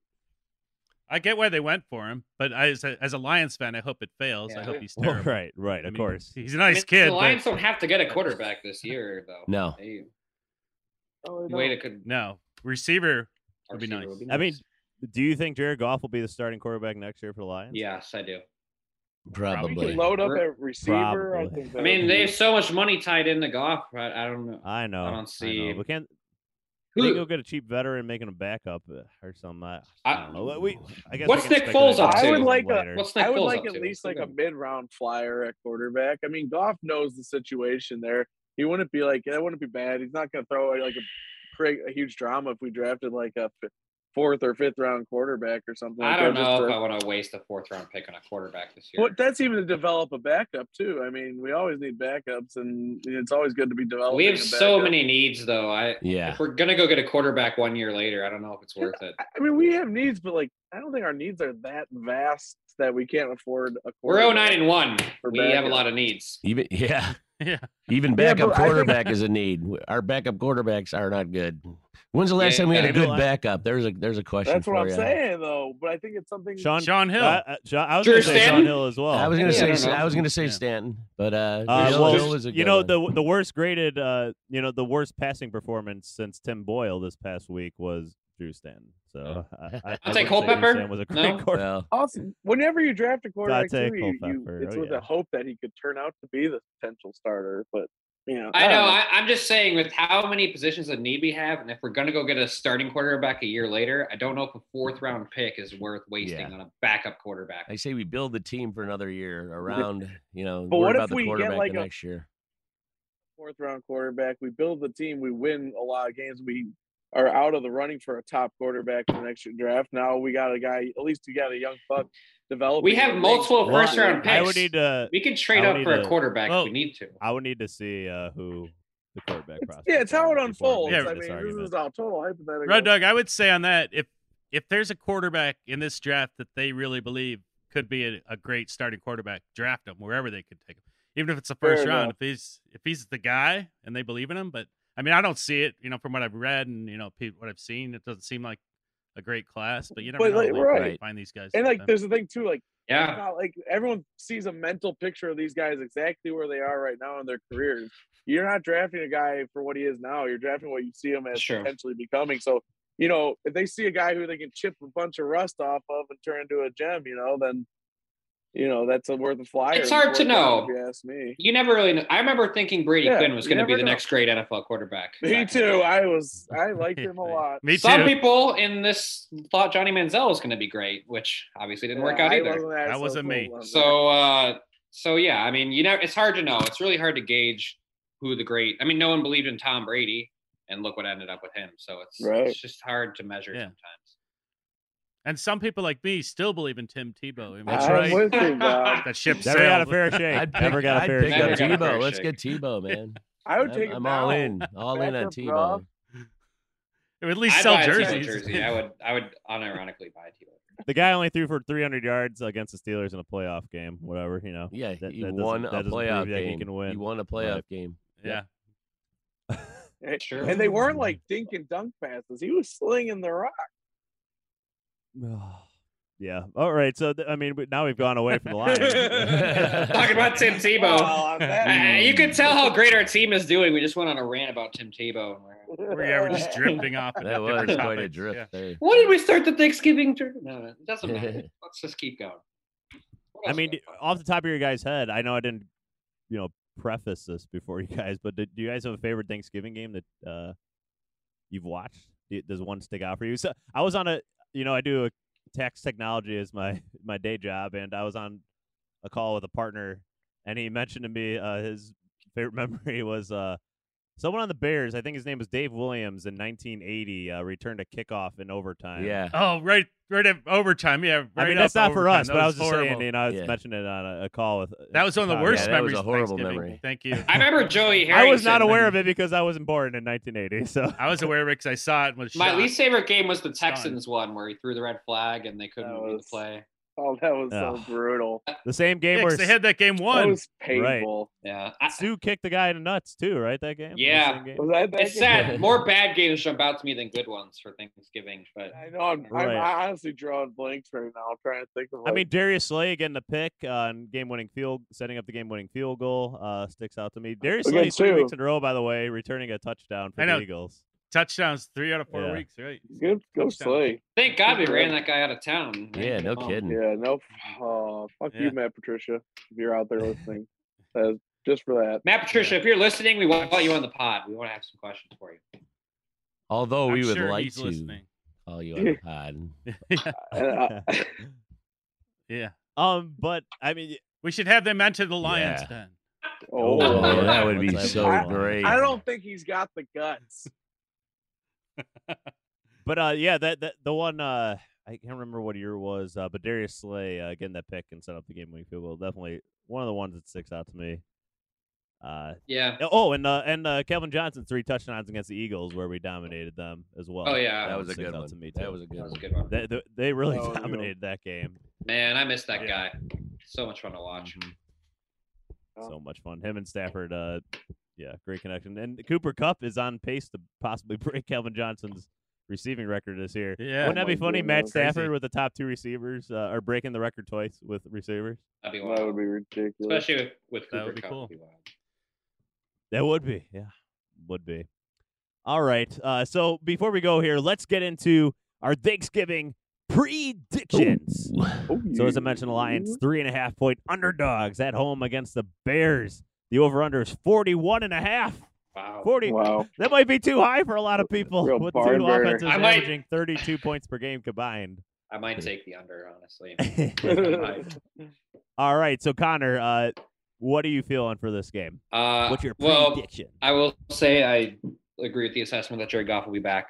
Speaker 2: I get why they went for him, but I, as, a, as a Lions fan, I hope it fails. I
Speaker 6: Yeah.
Speaker 2: hope he's
Speaker 1: well,
Speaker 2: terrible.
Speaker 1: right, right,
Speaker 2: I
Speaker 1: of
Speaker 2: mean,
Speaker 1: course.
Speaker 2: he's a
Speaker 6: I
Speaker 2: nice
Speaker 6: mean,
Speaker 2: kid.
Speaker 6: The
Speaker 2: but-
Speaker 6: Lions don't have to get a quarterback this year, though.
Speaker 4: No.
Speaker 6: They,
Speaker 7: Oh,
Speaker 6: way to could
Speaker 2: no receiver. Would be
Speaker 6: receiver
Speaker 2: nice.
Speaker 1: I mean, do you think Jared Goff will be the starting quarterback next year for the Lions?
Speaker 6: yes, I do.
Speaker 7: we can
Speaker 4: Probably.
Speaker 7: load up
Speaker 6: We're-
Speaker 7: at receiver. I
Speaker 1: Probably.
Speaker 7: think.
Speaker 6: I
Speaker 7: that
Speaker 6: mean,
Speaker 7: would
Speaker 6: they
Speaker 7: be-
Speaker 6: have so much money tied into Goff, but I don't know.
Speaker 1: I know.
Speaker 6: don't see-
Speaker 1: know. We can't. They can go
Speaker 6: Who,
Speaker 1: get a cheap veteran making a backup uh, or something. I,
Speaker 6: I-
Speaker 1: I don't know. Well, We, I guess
Speaker 6: What's
Speaker 1: we
Speaker 6: Nick
Speaker 1: can
Speaker 6: Foles
Speaker 1: speculate
Speaker 6: up
Speaker 1: on
Speaker 6: to?
Speaker 1: it
Speaker 6: I would
Speaker 7: like a-
Speaker 1: later.
Speaker 6: what's Nick
Speaker 7: I would
Speaker 6: Foles
Speaker 7: like
Speaker 6: up
Speaker 7: at
Speaker 6: to?
Speaker 7: least like a mid round flyer at quarterback. I mean, Goff knows the situation there. He wouldn't be like that. Wouldn't be bad. He's not going to throw like a create a huge drama if we drafted like a f- fourth or fifth round quarterback or something.
Speaker 6: I
Speaker 7: like
Speaker 6: don't
Speaker 7: that, just
Speaker 6: know if
Speaker 7: to-
Speaker 6: I want to waste a fourth round pick on a quarterback this year.
Speaker 7: Well, that's even to develop a backup too. I mean, we always need backups, and it's always good to be developing.
Speaker 6: we have
Speaker 7: a
Speaker 6: so
Speaker 7: backup.
Speaker 6: many needs, though. I
Speaker 4: Yeah.
Speaker 6: if we're gonna go get a quarterback one year later, I don't know if it's worth it.
Speaker 7: I I mean, we have needs, but like, I don't think our needs are that vast that we can't afford a.
Speaker 6: We're 09
Speaker 7: quarterback.
Speaker 6: and one.
Speaker 7: For
Speaker 6: We have a
Speaker 7: backup.
Speaker 6: lot of needs.
Speaker 4: Even yeah.
Speaker 2: Yeah.
Speaker 4: Even
Speaker 7: Yeah,
Speaker 4: backup
Speaker 7: but I think-
Speaker 4: quarterback is a need. Our backup quarterbacks are not good. When's the last
Speaker 6: Yeah,
Speaker 4: time we had
Speaker 6: yeah.
Speaker 4: a good backup? There's a there's a question.
Speaker 7: That's what
Speaker 4: for
Speaker 7: I'm
Speaker 4: ya.
Speaker 7: saying, though. But I think it's something.
Speaker 1: Sean,
Speaker 2: Sean Hill.
Speaker 1: I, I- Sean, I was
Speaker 6: Drew
Speaker 1: going to say Sean
Speaker 6: Stanton?
Speaker 1: Hill as well.
Speaker 4: I was gonna
Speaker 6: Yeah, I don't
Speaker 4: say
Speaker 6: know.
Speaker 4: I, was gonna say
Speaker 2: Yeah.
Speaker 4: Stanton, but uh,
Speaker 1: Uh,
Speaker 4: Hill
Speaker 1: well,
Speaker 4: Hill is a
Speaker 1: you
Speaker 4: good
Speaker 1: know
Speaker 4: one.
Speaker 1: the the worst graded, uh, you know, the worst passing performance since Tim Boyle this past week was through Stanton. So uh, I, I,
Speaker 4: I'll
Speaker 1: I
Speaker 4: take
Speaker 1: wouldn't say
Speaker 6: Culpepper.
Speaker 1: Stanton Was a great
Speaker 6: No?
Speaker 1: quarter-
Speaker 3: Well,
Speaker 7: Also, whenever you draft a quarterback,
Speaker 1: Dante
Speaker 7: too, you, you,
Speaker 1: Culpepper,
Speaker 7: it's
Speaker 1: oh,
Speaker 7: with
Speaker 1: yeah.
Speaker 7: a hope that he could turn out to be the potential starter. But you know,
Speaker 6: I
Speaker 7: don't
Speaker 6: know. I, I'm just saying, with how many positions of need we have, and if we're going to go get a starting quarterback a year later, I don't know if a fourth round pick is worth wasting
Speaker 4: Yeah.
Speaker 6: on a backup quarterback.
Speaker 4: I say we build the team for another year around, you know,
Speaker 7: But
Speaker 4: worry
Speaker 7: what
Speaker 4: about
Speaker 7: if
Speaker 4: the
Speaker 7: we get,
Speaker 4: quarterback
Speaker 7: like,
Speaker 4: the
Speaker 7: a-
Speaker 4: next year.
Speaker 7: fourth round quarterback. We build the team. We win a lot of games. We are out of the running for a top quarterback for next year draft. Now we got a guy. At least we got a young buck developing.
Speaker 6: We have
Speaker 7: and
Speaker 6: multiple
Speaker 7: making-
Speaker 6: first round
Speaker 1: I
Speaker 6: picks.
Speaker 1: would need to.
Speaker 6: we could trade
Speaker 1: I
Speaker 6: up
Speaker 1: need
Speaker 6: for
Speaker 1: to-
Speaker 6: a quarterback
Speaker 2: well,
Speaker 6: if we need to.
Speaker 1: I would need to see uh, who the quarterback prospects.
Speaker 7: Yeah, it's how
Speaker 1: are
Speaker 7: it
Speaker 1: before
Speaker 7: unfolds.
Speaker 1: make
Speaker 7: I
Speaker 1: this
Speaker 7: mean, this
Speaker 1: argument.
Speaker 7: is all total hypothetical.
Speaker 2: Rod Dog, I would say on that if if there's a quarterback in this draft that they really believe could be a, a great starting quarterback, draft him wherever they could take him, even if it's the
Speaker 7: Fair
Speaker 2: first round.
Speaker 7: enough.
Speaker 2: If he's if he's the guy and they believe in him, but I mean, I don't see it. You know, from what I've read and you know pe- what I've seen, it doesn't seem like a great class. But you never
Speaker 7: But,
Speaker 2: know.
Speaker 7: like,
Speaker 2: like, you
Speaker 7: right.
Speaker 2: Find these guys
Speaker 7: And like,
Speaker 2: sometime.
Speaker 7: there's the thing too. Like, it's
Speaker 6: Yeah.
Speaker 7: not like everyone sees a mental picture of these guys exactly where they are right now in their careers. You're not drafting a guy for what he is now. You're drafting what you see him as
Speaker 6: Sure.
Speaker 7: potentially becoming. So, you know, if they see a guy who they can chip a bunch of rust off of and turn into a gem, you know, then you know that's a worth a flyer.
Speaker 6: It's
Speaker 7: and
Speaker 6: hard to
Speaker 7: worth it,
Speaker 6: know.
Speaker 7: If you ask me.
Speaker 6: You never really know. I remember thinking Brady
Speaker 7: Yeah,
Speaker 6: Quinn was
Speaker 7: you
Speaker 6: going to be
Speaker 7: never
Speaker 6: the
Speaker 7: know.
Speaker 6: next great NFL quarterback.
Speaker 7: Me
Speaker 6: back in the
Speaker 7: too.
Speaker 6: day.
Speaker 7: I was I liked him a lot.
Speaker 2: Me too.
Speaker 6: Some people in this thought Johnny Manziel was going to be great, which obviously didn't work
Speaker 7: Yeah,
Speaker 6: out
Speaker 7: I
Speaker 6: either.
Speaker 7: wasn't
Speaker 2: That
Speaker 7: so
Speaker 2: wasn't me.
Speaker 7: sold on that.
Speaker 6: So, uh, so yeah, I mean, you know, it's hard to know. It's really hard to gauge who the great. I mean, no one believed in Tom Brady, and look what ended up with him. So it's
Speaker 7: Right.
Speaker 6: it's just hard to measure
Speaker 2: Yeah.
Speaker 6: sometimes.
Speaker 2: and some people like me still believe in Tim Tebow. I mean,
Speaker 7: I'm
Speaker 4: right.
Speaker 7: with you, Bob.
Speaker 2: That ship
Speaker 1: Never got a
Speaker 2: sailed.
Speaker 1: fair shake.
Speaker 4: I'd pick,
Speaker 1: Never got a
Speaker 4: I'd
Speaker 1: fair
Speaker 4: pick
Speaker 1: shake.
Speaker 4: up
Speaker 6: shake. Never got a
Speaker 4: Tebow.
Speaker 6: fair
Speaker 4: Let's
Speaker 6: shake.
Speaker 4: get Tebow, man.
Speaker 7: I would
Speaker 4: I'm,
Speaker 7: take. him
Speaker 4: I'm all
Speaker 7: now.
Speaker 4: in, all in on
Speaker 7: Backup Goff.
Speaker 4: Tebow.
Speaker 2: It would at
Speaker 6: I'd
Speaker 2: least sell
Speaker 6: buy a Tebow
Speaker 2: jerseys.
Speaker 6: jersey. I would I would unironically buy a Tebow.
Speaker 1: The guy only threw for 300 yards against the Steelers in a playoff game. Whatever, you know.
Speaker 4: Yeah,
Speaker 1: That-
Speaker 4: he
Speaker 1: that doesn't-
Speaker 4: won
Speaker 1: that
Speaker 4: a
Speaker 1: doesn't prove
Speaker 4: playoff
Speaker 1: that he
Speaker 4: game.
Speaker 1: can win,
Speaker 4: won a playoff game.
Speaker 2: yeah.
Speaker 6: Sure.
Speaker 7: And they weren't like dink and dunk passes. He was slinging the rock.
Speaker 1: yeah. All right. So th- I mean, but now we've gone away from the Lions.
Speaker 6: Talking about Tim Tebow.
Speaker 7: Wow, on that
Speaker 6: Uh,
Speaker 4: Mm.
Speaker 7: note.
Speaker 6: you can tell how great our team is doing. We just went on a rant about Tim Tebow. And we're,
Speaker 2: Where you ever just drifting off. into
Speaker 4: That was
Speaker 2: different
Speaker 4: quite a
Speaker 2: topics.
Speaker 4: drift
Speaker 2: Yeah.
Speaker 4: there.
Speaker 6: what did we start the Thanksgiving tour? No, it doesn't matter. Let's just keep going. What
Speaker 1: I
Speaker 6: else
Speaker 1: mean,
Speaker 6: we
Speaker 1: d-
Speaker 6: got?
Speaker 1: off the top of your guys' head, I know I didn't, you know, preface this before you guys, but did, do you guys have a favorite Thanksgiving game that uh, you've watched? Do- Does one stick out for you? So I was on a, you know, I do a tax technology as my my day job, and I was on a call with a partner, and he mentioned to me uh, his favorite memory was uh, someone on the Bears. I think his name was Dave Williams in 1980 uh, returned a kickoff in overtime.
Speaker 4: Yeah.
Speaker 2: Oh, right, right at overtime. Yeah, right
Speaker 1: I mean,
Speaker 2: off
Speaker 1: that's not for
Speaker 2: overtime.
Speaker 1: us,
Speaker 2: That
Speaker 1: but I was just
Speaker 2: horrible.
Speaker 1: saying, uh, you know, I was
Speaker 4: Yeah.
Speaker 1: mentioning it on a, a call with.
Speaker 2: That was one of the
Speaker 1: Chicago.
Speaker 2: worst
Speaker 4: that was
Speaker 2: memories.
Speaker 4: a
Speaker 2: of
Speaker 4: horrible
Speaker 2: Thanksgiving.
Speaker 4: memory.
Speaker 2: Thank you.
Speaker 6: I remember Joey Harrington.
Speaker 1: I was not aware of it because I wasn't born in 1980. So
Speaker 2: I was aware of it because I saw it. and Was
Speaker 6: My
Speaker 2: shocked.
Speaker 6: least favorite game was the
Speaker 2: Stunned.
Speaker 6: Texans one where he threw the red flag and they couldn't
Speaker 7: That
Speaker 6: win the
Speaker 7: was-
Speaker 6: play.
Speaker 7: Oh, that was so
Speaker 1: Ugh.
Speaker 7: brutal.
Speaker 1: the same game
Speaker 2: Yeah, 'cause
Speaker 1: where
Speaker 2: they had that game
Speaker 7: That
Speaker 2: won.
Speaker 7: was painful.
Speaker 6: Yeah. I,
Speaker 1: Sue kicked the guy in the nuts too, right? That game. The
Speaker 6: Yeah.
Speaker 1: same game?
Speaker 7: Was that that
Speaker 6: it's
Speaker 7: game?
Speaker 6: sad. More bad games jump out to me than good ones for Thanksgiving. But
Speaker 7: I know. I'm,
Speaker 1: Right.
Speaker 7: I'm I honestly drawing blanks right now. I'm trying to think of.
Speaker 1: I
Speaker 7: Like,
Speaker 1: mean, Darius Slay getting the pick uh, on game-winning field, setting up the game-winning field goal, uh, sticks out to me. Darius Slay
Speaker 7: Against
Speaker 1: three
Speaker 7: who?
Speaker 1: weeks in a row, by the way, returning a touchdown for
Speaker 2: I know.
Speaker 1: the Eagles.
Speaker 2: Touchdowns three out of four
Speaker 1: Yeah.
Speaker 2: weeks. Right.
Speaker 7: good. Go
Speaker 2: touchdown.
Speaker 7: slay.
Speaker 6: thank God we ran that guy out of town.
Speaker 4: Yeah, no
Speaker 6: Oh.
Speaker 4: kidding.
Speaker 7: Yeah. No. Oh, fuck
Speaker 2: Yeah.
Speaker 7: you, Matt Patricia. If you're out there listening, uh, just for that.
Speaker 6: Matt Patricia, if you're listening, we want you on the pod. We want to have some questions for you.
Speaker 1: Oh,
Speaker 4: Although we
Speaker 2: I'm
Speaker 4: would
Speaker 2: sure
Speaker 4: like
Speaker 2: he's
Speaker 4: to
Speaker 2: listening.
Speaker 4: call you on the pod.
Speaker 1: Oh,
Speaker 7: And, uh,
Speaker 2: Yeah,
Speaker 1: um, but I mean,
Speaker 2: we should have them enter the Lions
Speaker 4: Yeah.
Speaker 2: den.
Speaker 7: oh,
Speaker 4: Oh,
Speaker 7: Lord.
Speaker 4: that would be
Speaker 1: Let's
Speaker 4: so
Speaker 1: have one.
Speaker 4: great.
Speaker 7: I don't think he's got the guts.
Speaker 1: But uh, yeah, that, that the one uh, I can't remember what year it was, uh, but Darius Slay uh, getting that pick and set up the game winning field goal definitely one of the ones that sticks out to me. Uh,
Speaker 6: Yeah.
Speaker 1: oh, and uh, and uh, Kevin Johnson three touchdowns against the Eagles where we dominated them as well.
Speaker 6: Oh, yeah.
Speaker 4: That
Speaker 1: one
Speaker 4: was a
Speaker 1: sticks
Speaker 4: good
Speaker 1: out
Speaker 4: one.
Speaker 1: to me too.
Speaker 4: That was a good
Speaker 6: That was a
Speaker 4: one.
Speaker 6: good one.
Speaker 1: They, they, they really
Speaker 7: Oh, no.
Speaker 1: dominated that game.
Speaker 6: Man, I miss that
Speaker 2: Yeah.
Speaker 6: guy. So much fun to watch.
Speaker 4: Mm-hmm.
Speaker 7: Yeah.
Speaker 1: So much fun. Him and Stafford, uh, yeah, great connection. And Cooper Cup is on pace to possibly break Calvin Johnson's receiving record this year.
Speaker 2: Yeah.
Speaker 1: Wouldn't that be
Speaker 7: my
Speaker 1: funny? Matt
Speaker 7: goodness.
Speaker 1: Stafford
Speaker 2: Crazy.
Speaker 1: with the top two receivers uh, are breaking the record twice with receivers.
Speaker 6: That'd be
Speaker 7: Oh, That
Speaker 6: wild.
Speaker 7: would be ridiculous.
Speaker 6: Especially with,
Speaker 2: That
Speaker 6: with Cooper
Speaker 2: would be
Speaker 6: Cup.
Speaker 2: cool.
Speaker 6: That'd be wild.
Speaker 1: That would be, yeah, would be. All right. Uh, so before we go here, let's get into our Thanksgiving predictions.
Speaker 7: Oh,
Speaker 1: So as I
Speaker 7: yeah.
Speaker 1: mentioned, Lions three and a half point underdogs at home against the Bears. The over under is 41 and a half.
Speaker 6: Wow.
Speaker 1: 40.
Speaker 7: Wow.
Speaker 1: That might be too high for a lot of people
Speaker 7: Real
Speaker 1: with
Speaker 7: barn
Speaker 1: two
Speaker 7: burner.
Speaker 1: offenses
Speaker 6: I might-
Speaker 1: averaging 32 points per game combined.
Speaker 6: I might take the under, honestly.
Speaker 1: All right. So Connor, uh, what are you feeling for this game?
Speaker 6: Uh,
Speaker 1: What's your
Speaker 6: well,
Speaker 1: prediction?
Speaker 6: I will say I agree with the assessment that Jared Goff will be back.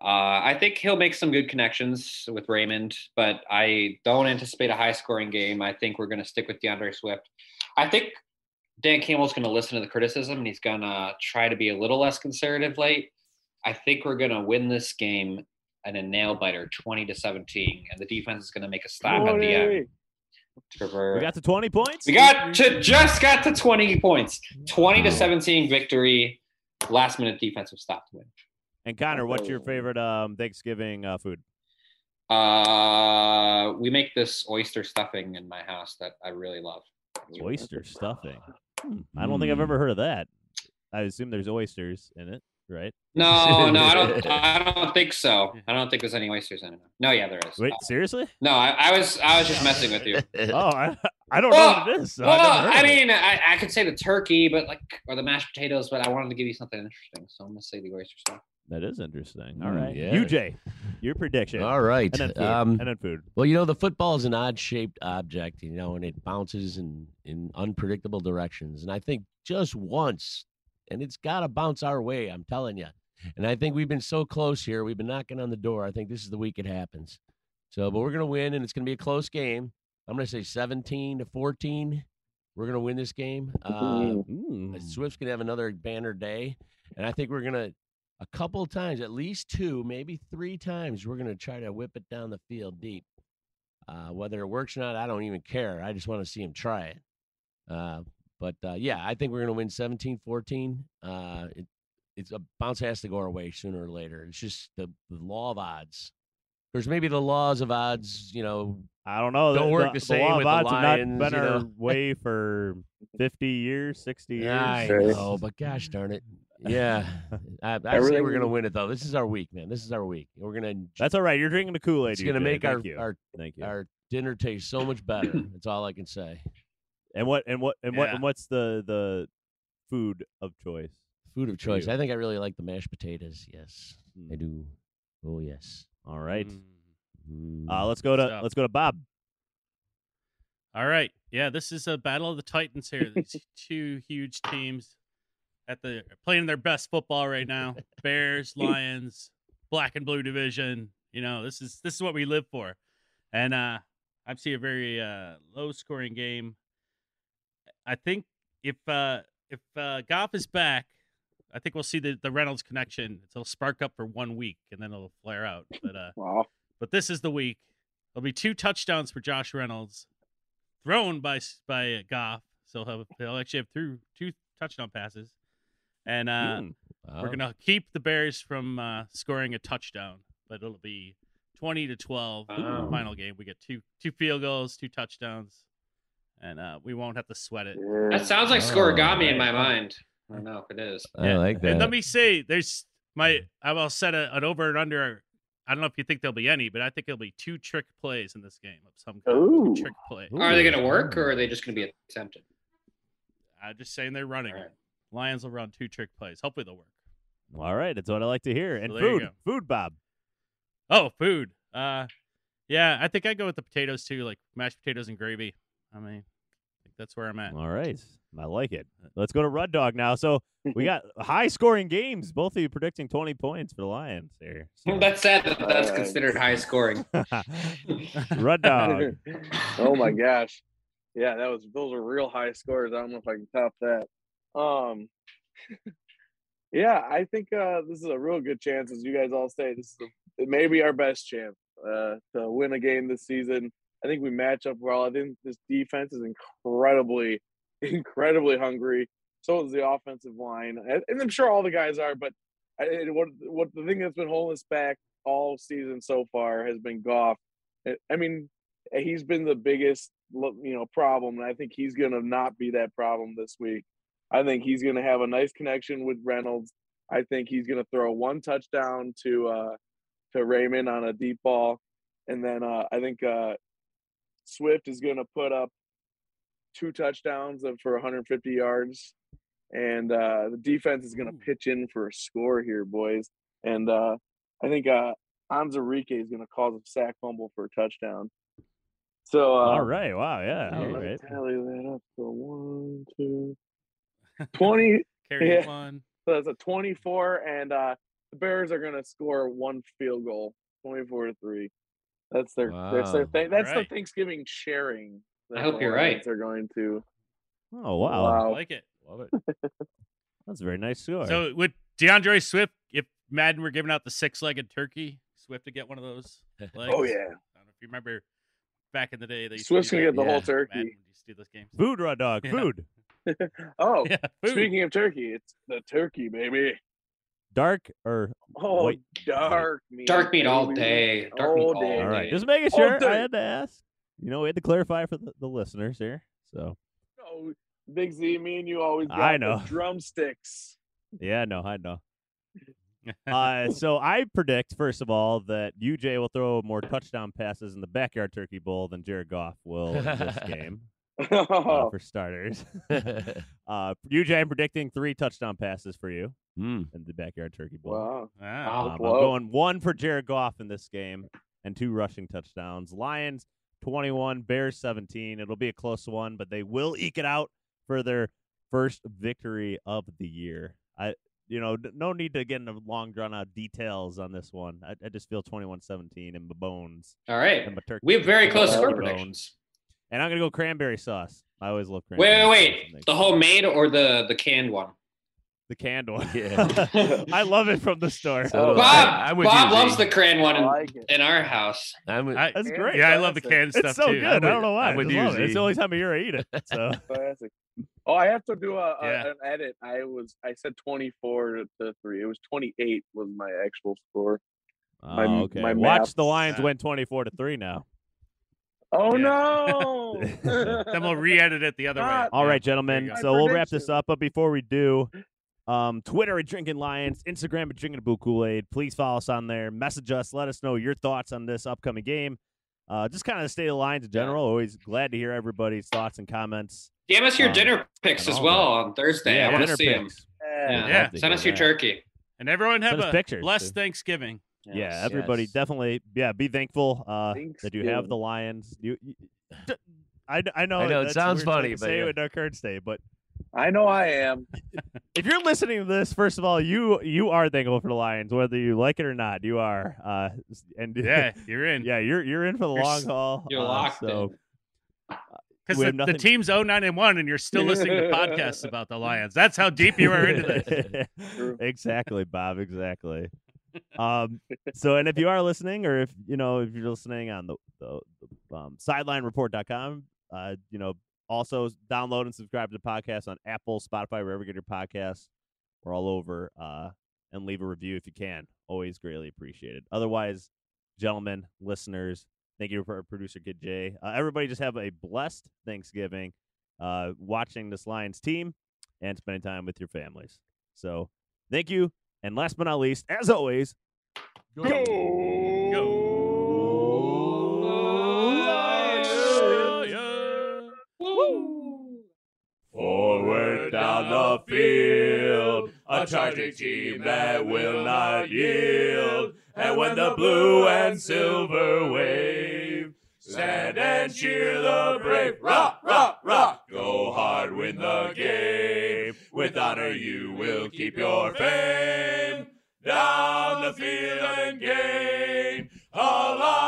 Speaker 6: Uh, I think he'll make some good connections with Raymond, but I don't anticipate a high scoring game. I think we're going to stick with DeAndre Swift. I think Dan Campbell's going to listen to the criticism and he's going to try to be a little less conservative late. I think we're going to win this game in a nail biter 20 to 17, and the defense is going to make a stop at the end. to
Speaker 1: we
Speaker 6: cover-
Speaker 1: got the 20 points.
Speaker 6: we
Speaker 4: Mm-hmm.
Speaker 6: got to just got to 20 points. 20 to 17 victory. Last minute defensive stop to win.
Speaker 1: And Connor, what's
Speaker 4: Oh.
Speaker 1: your favorite um, Thanksgiving uh, food?
Speaker 6: Uh, we make this oyster stuffing in my house that I really love.
Speaker 1: Oyster stuffing. Hmm, I don't think
Speaker 6: Mm.
Speaker 1: I've ever heard of that. I assume there's oysters in it, right?
Speaker 6: No, no, I don't. I don't think so. I don't think there's any oysters in it. No, yeah, there is.
Speaker 1: Wait, seriously?
Speaker 6: No, I, I was I was just messing with you.
Speaker 1: Oh, I, I don't know what it is. so I've never
Speaker 6: Well,
Speaker 1: heard
Speaker 6: I
Speaker 1: of it.
Speaker 6: mean, I, I could say the turkey, but like, or the mashed potatoes, but I wanted to give you something interesting, so I'm gonna say the oyster stuff.
Speaker 1: that is interesting. All
Speaker 4: Hmm,
Speaker 1: right,
Speaker 4: yeah.
Speaker 1: UJ, your prediction.
Speaker 4: All right.
Speaker 1: And then food.
Speaker 4: Um,
Speaker 1: and then food.
Speaker 4: Well, you know, the football is an odd shaped object, you know, and it bounces in, in unpredictable directions. And I think just once, and it's got to bounce our way, I'm telling you. And I think we've been so close here. We've been knocking on the door. I think this is the week it happens. So, but we're going to win, and it's going to be a close game. I'm going to say 17 to 14. We're going to win this game. Uh,
Speaker 1: Ooh.
Speaker 4: Swift's gonna have another banner day, and I think we're gonna a couple times, at least two, maybe three times, we're gonna try to whip it down the field deep. Uh, whether it works or not, I don't even care. I just want to see him try it. Uh, but uh, yeah, I think we're gonna win 17-14. Uh, it, it's a bounce has to go our way sooner or later. It's just the, the law of odds. There's maybe the laws of odds, you know,
Speaker 1: I don't know.
Speaker 4: Don't
Speaker 1: the,
Speaker 4: work
Speaker 1: the,
Speaker 4: the same
Speaker 1: law
Speaker 4: with
Speaker 1: of
Speaker 4: the
Speaker 1: odds have
Speaker 4: Lions,
Speaker 1: not
Speaker 4: you
Speaker 1: been our
Speaker 4: know.
Speaker 1: way for 50 years, 60 years.
Speaker 4: I
Speaker 7: Sure.
Speaker 4: know, Oh, but gosh darn it. Yeah. I, I say we're gonna
Speaker 7: Everything-
Speaker 4: win it though. This is our week, man. This is our week. We're gonna enj-
Speaker 1: That's all right. You're drinking the Kool Aid.
Speaker 4: it's gonna make our,
Speaker 1: Thank you.
Speaker 4: our
Speaker 1: Thank you.
Speaker 4: our dinner taste so much better. That's all I can say.
Speaker 1: and what and what and what
Speaker 2: Yeah.
Speaker 1: and what's the the food of choice?
Speaker 4: Food of
Speaker 1: For
Speaker 4: choice.
Speaker 1: you.
Speaker 4: I think I really like the mashed potatoes. Yes. I
Speaker 1: Mm.
Speaker 4: do. Oh yes.
Speaker 1: All right. Uh,
Speaker 4: Mm.
Speaker 1: let's go to
Speaker 2: Stuff.
Speaker 1: let's go to Bob.
Speaker 2: All right. Yeah, this is a battle of the Titans here. These two huge teams at the playing their best football right now. Bears, Lions, black and blue division. You know, this is this is what we live for. And uh I see a very uh low scoring game. I think if uh if uh Goff is back, I think we'll see the, the Reynolds connection. It'll spark up for one week and then it'll flare out. But uh
Speaker 7: Wow.
Speaker 2: but this is the week. There'll be two touchdowns for Josh Reynolds, thrown by by uh, Goff. So he'll, he'll actually have through two touchdown passes, and uh,
Speaker 1: Mm.
Speaker 4: Wow.
Speaker 2: we're gonna keep the Bears from uh, scoring a touchdown. But it'll be twenty to twelve in the
Speaker 6: Wow.
Speaker 2: Uh, final game. We get two two field goals, two touchdowns, and uh, we won't have to sweat it.
Speaker 6: That sounds like
Speaker 4: Oh,
Speaker 6: scorigami in my
Speaker 2: right.
Speaker 6: mind. I don't know if it is.
Speaker 4: I like that.
Speaker 2: And let me say, there's my I will set a, an over and under. I don't know if you think there'll be any, but I think there'll be two trick plays in this game of some kind.
Speaker 7: Ooh.
Speaker 2: Two trick play.
Speaker 6: Are they going to work or are they just going to be attempted?
Speaker 2: I'm Uh, just saying they're running.
Speaker 6: All
Speaker 2: it.
Speaker 6: right.
Speaker 2: Lions will run two trick plays. Hopefully they'll work.
Speaker 1: All right, that's what I like to hear. And
Speaker 2: So there you
Speaker 1: food,
Speaker 2: go.
Speaker 1: food, Bob.
Speaker 2: Oh, food. Uh, yeah, I think I go with the potatoes too, like mashed potatoes and gravy. I mean, I think that's where I'm at.
Speaker 1: All right, I like it.
Speaker 2: uh,
Speaker 1: Let's go to Rud Dog now. So we got high scoring games. Both of you predicting twenty points for the Lions here. So.
Speaker 6: That's sad that that's
Speaker 7: Uh,
Speaker 6: considered high scoring.
Speaker 1: Rud Dog.
Speaker 7: oh my gosh. Yeah, that was those are real high scores. I don't know if I can top that. Um Yeah, I think uh this is a real good chance, as you guys all say. This is the, maybe our best chance uh to win a game this season. I think we match up well. I think this defense is incredibly, incredibly hungry. So is the offensive line, and, and I'm sure all the guys are. But I, and what what the thing that's been holding us back all season so far has been Goff. I- I mean, he's been the biggest lo- you know problem, and I think he's going to not be that problem this week. I think he's going to have a nice connection with Reynolds. I think he's going to throw one touchdown to uh, to Raymond on a deep ball, and then uh, I think uh, Swift is going to put up two touchdowns of- for 150 yards, and uh, the defense is going to pitch in for a score here, boys. And uh, I think uh, Anzarike is going to cause a sack fumble for a touchdown. So uh,
Speaker 1: All right. Wow. Yeah.
Speaker 7: yeah,
Speaker 1: All
Speaker 7: let me
Speaker 1: right.
Speaker 7: Tally that up. So one, two, 20.
Speaker 2: Carry
Speaker 7: Yeah.
Speaker 2: one.
Speaker 7: So that's a 24, and uh, the Bears are going to score one field goal, 24 to 3. That's their, that's their
Speaker 4: Wow.
Speaker 7: thing. That's
Speaker 2: Right.
Speaker 7: the Thanksgiving sharing. that
Speaker 6: I hope
Speaker 7: the
Speaker 6: you're right.
Speaker 7: Lions Are going to.
Speaker 1: Oh wow.
Speaker 2: I
Speaker 7: Wow.
Speaker 2: like it.
Speaker 1: Love it. That's a very nice score.
Speaker 2: So would DeAndre Swift, if Madden were giving out the six-legged turkey, Swift would get one of those. Legs.
Speaker 7: Oh, yeah.
Speaker 2: I don't know if you remember back in the day. They used
Speaker 7: Swift's
Speaker 2: to
Speaker 7: going
Speaker 2: do
Speaker 7: to get the
Speaker 4: Yeah.
Speaker 7: whole
Speaker 4: Madden.
Speaker 2: that. Madden
Speaker 7: turkey.
Speaker 2: used to do those games.
Speaker 1: food, raw dog.
Speaker 2: Yeah.
Speaker 1: Food.
Speaker 7: Oh,
Speaker 2: Yeah, food.
Speaker 7: speaking of turkey, it's the turkey, baby.
Speaker 1: Dark or
Speaker 7: Oh,
Speaker 1: White-
Speaker 7: dark meat.
Speaker 6: Dark meat all
Speaker 7: baby.
Speaker 6: day. Dark meat
Speaker 7: All
Speaker 6: all
Speaker 7: day.
Speaker 6: day.
Speaker 1: all right.
Speaker 7: Indeed.
Speaker 1: Just making
Speaker 7: Oh,
Speaker 1: sure I
Speaker 7: dude.
Speaker 1: had to ask. You know, we had to clarify for the, the listeners here. So
Speaker 7: Oh, Big Z, me and you always got
Speaker 1: I
Speaker 7: the
Speaker 1: know.
Speaker 7: drumsticks.
Speaker 1: yeah, no, I know.
Speaker 2: Ah.
Speaker 1: Uh, so I predict, first of all, that UJ will throw more touchdown passes in the backyard turkey bowl than Jared Goff will in this game.
Speaker 7: Oh.
Speaker 1: uh, for starters, uh, UJ, I'm predicting three touchdown passes for you
Speaker 4: Hmm.
Speaker 1: in the backyard turkey bowl.
Speaker 7: wow.
Speaker 2: Ah,
Speaker 6: Wow.
Speaker 1: Um, I'm
Speaker 7: Whoa.
Speaker 1: going one for Jared Goff in this game and two rushing touchdowns. Lions 21, Bears 17. It'll be a close one, but they will eke it out for their first victory of the year. I, you know, d- no need to get into long drawn out details on this one. I, I just feel 21 17 in my bones.
Speaker 6: All right.
Speaker 1: In my turkey.
Speaker 6: We have very close
Speaker 1: in
Speaker 6: score
Speaker 1: my bones.
Speaker 6: predictions.
Speaker 1: And I'm going to go cranberry sauce. I always love
Speaker 6: Wait,
Speaker 1: cranberry sauce
Speaker 6: wait,
Speaker 1: in
Speaker 6: wait.
Speaker 1: things.
Speaker 6: The homemade or the the canned one?
Speaker 1: The canned one.
Speaker 6: Yeah.
Speaker 1: I love it from the store.
Speaker 4: So do I.
Speaker 6: Bob.
Speaker 4: I'm with
Speaker 6: Bob
Speaker 4: you,
Speaker 6: loves
Speaker 4: Z.
Speaker 6: the canned one
Speaker 7: I
Speaker 6: in,
Speaker 7: like it.
Speaker 6: in our house.
Speaker 4: I'm with,
Speaker 2: I-
Speaker 1: That's great.
Speaker 2: yeah, I love the
Speaker 7: Classic.
Speaker 2: canned stuff
Speaker 1: It's so
Speaker 2: too.
Speaker 1: good.
Speaker 2: I'm
Speaker 1: I
Speaker 2: with-
Speaker 1: don't know why.
Speaker 2: I'm with
Speaker 1: I just
Speaker 2: you,
Speaker 1: love it. It's
Speaker 2: Z.
Speaker 1: the only time of year I eat it. So
Speaker 7: Classic. Oh, I have to do a, a-
Speaker 2: Yeah.
Speaker 7: an edit. I was I said twenty four to to three. It was twenty eight was my actual score. My-
Speaker 1: Oh, okay.
Speaker 7: my
Speaker 1: Watch
Speaker 7: math-
Speaker 1: the Lions
Speaker 2: Uh,
Speaker 1: win twenty four to three now.
Speaker 7: Oh
Speaker 2: Yeah.
Speaker 7: no!
Speaker 2: Then we'll re-edit it the other way.
Speaker 7: Not-
Speaker 1: All
Speaker 2: Yeah.
Speaker 1: right,
Speaker 2: you
Speaker 1: gentlemen.
Speaker 2: go.
Speaker 1: So we'll wrap this
Speaker 7: prediction.
Speaker 1: up, but before we do, um, Twitter at Drinking Lions, Instagram at Drinking a Boo Kool Aid. Please follow us on there. Message us. Let us know your thoughts on this upcoming game. Uh, just kind of the state of the Lions in general. Always glad to hear everybody's thoughts and comments.
Speaker 6: Give us your
Speaker 1: Um,
Speaker 6: dinner picks
Speaker 1: and
Speaker 6: as
Speaker 1: all
Speaker 6: well on Thursday. I want to
Speaker 1: dinner
Speaker 6: see them.
Speaker 1: picks.
Speaker 7: Yeah.
Speaker 2: Yeah,
Speaker 1: Love to
Speaker 6: Send
Speaker 1: hear
Speaker 6: us your
Speaker 1: that.
Speaker 6: turkey.
Speaker 2: And everyone have
Speaker 1: Send us
Speaker 2: a
Speaker 1: pictures,
Speaker 2: blessed
Speaker 1: too.
Speaker 2: Thanksgiving.
Speaker 1: yeah, everybody
Speaker 4: yes.
Speaker 1: definitely. Yeah, be thankful uh, that you have
Speaker 7: Thanksgiving.
Speaker 1: the Lions. You, you d- I, I know.
Speaker 4: I know, it
Speaker 1: that's a weird
Speaker 4: sounds
Speaker 1: thing
Speaker 4: funny,
Speaker 1: to
Speaker 4: but
Speaker 1: say
Speaker 4: yeah.
Speaker 1: with our current state, but
Speaker 7: I know I am.
Speaker 1: if you're listening to this, first of all, you you are thankful for the Lions, whether you like it or not. You are, uh, s- and
Speaker 2: Yeah, you're in.
Speaker 1: yeah, you're you're in for the
Speaker 6: You're
Speaker 1: long
Speaker 6: s-
Speaker 1: haul.
Speaker 6: You're
Speaker 1: uh,
Speaker 6: locked
Speaker 1: so
Speaker 6: in.
Speaker 2: because
Speaker 1: we
Speaker 2: the,
Speaker 1: have
Speaker 2: the
Speaker 1: nothing-
Speaker 2: team's 09 and one, and you're still listening to podcasts about the Lions. That's how deep you are into this.
Speaker 7: True.
Speaker 1: exactly, Bob. Exactly. Um. So, and if you are listening, or if you know, if you're listening on the the, the um, sidelinereport.com, uh, you know, also download and subscribe to the podcast on Apple, Spotify, wherever you get your podcasts. We're all over. Uh, and leave a review if you can. Always greatly appreciated. Otherwise, gentlemen, listeners, thank you for our producer Kid Jay. Uh, everybody, just have a blessed Thanksgiving. Uh, watching this Lions team and spending time with your families. So, thank you. And last but not least, as always,
Speaker 2: Oh, yeah.
Speaker 1: Forward down the field, a charging team that will not yield. And when the blue and silver wave, stand and cheer the brave. Rock, rock, rock, go hard, win the game. With honor, you will keep your fame. Down the field and gain a life.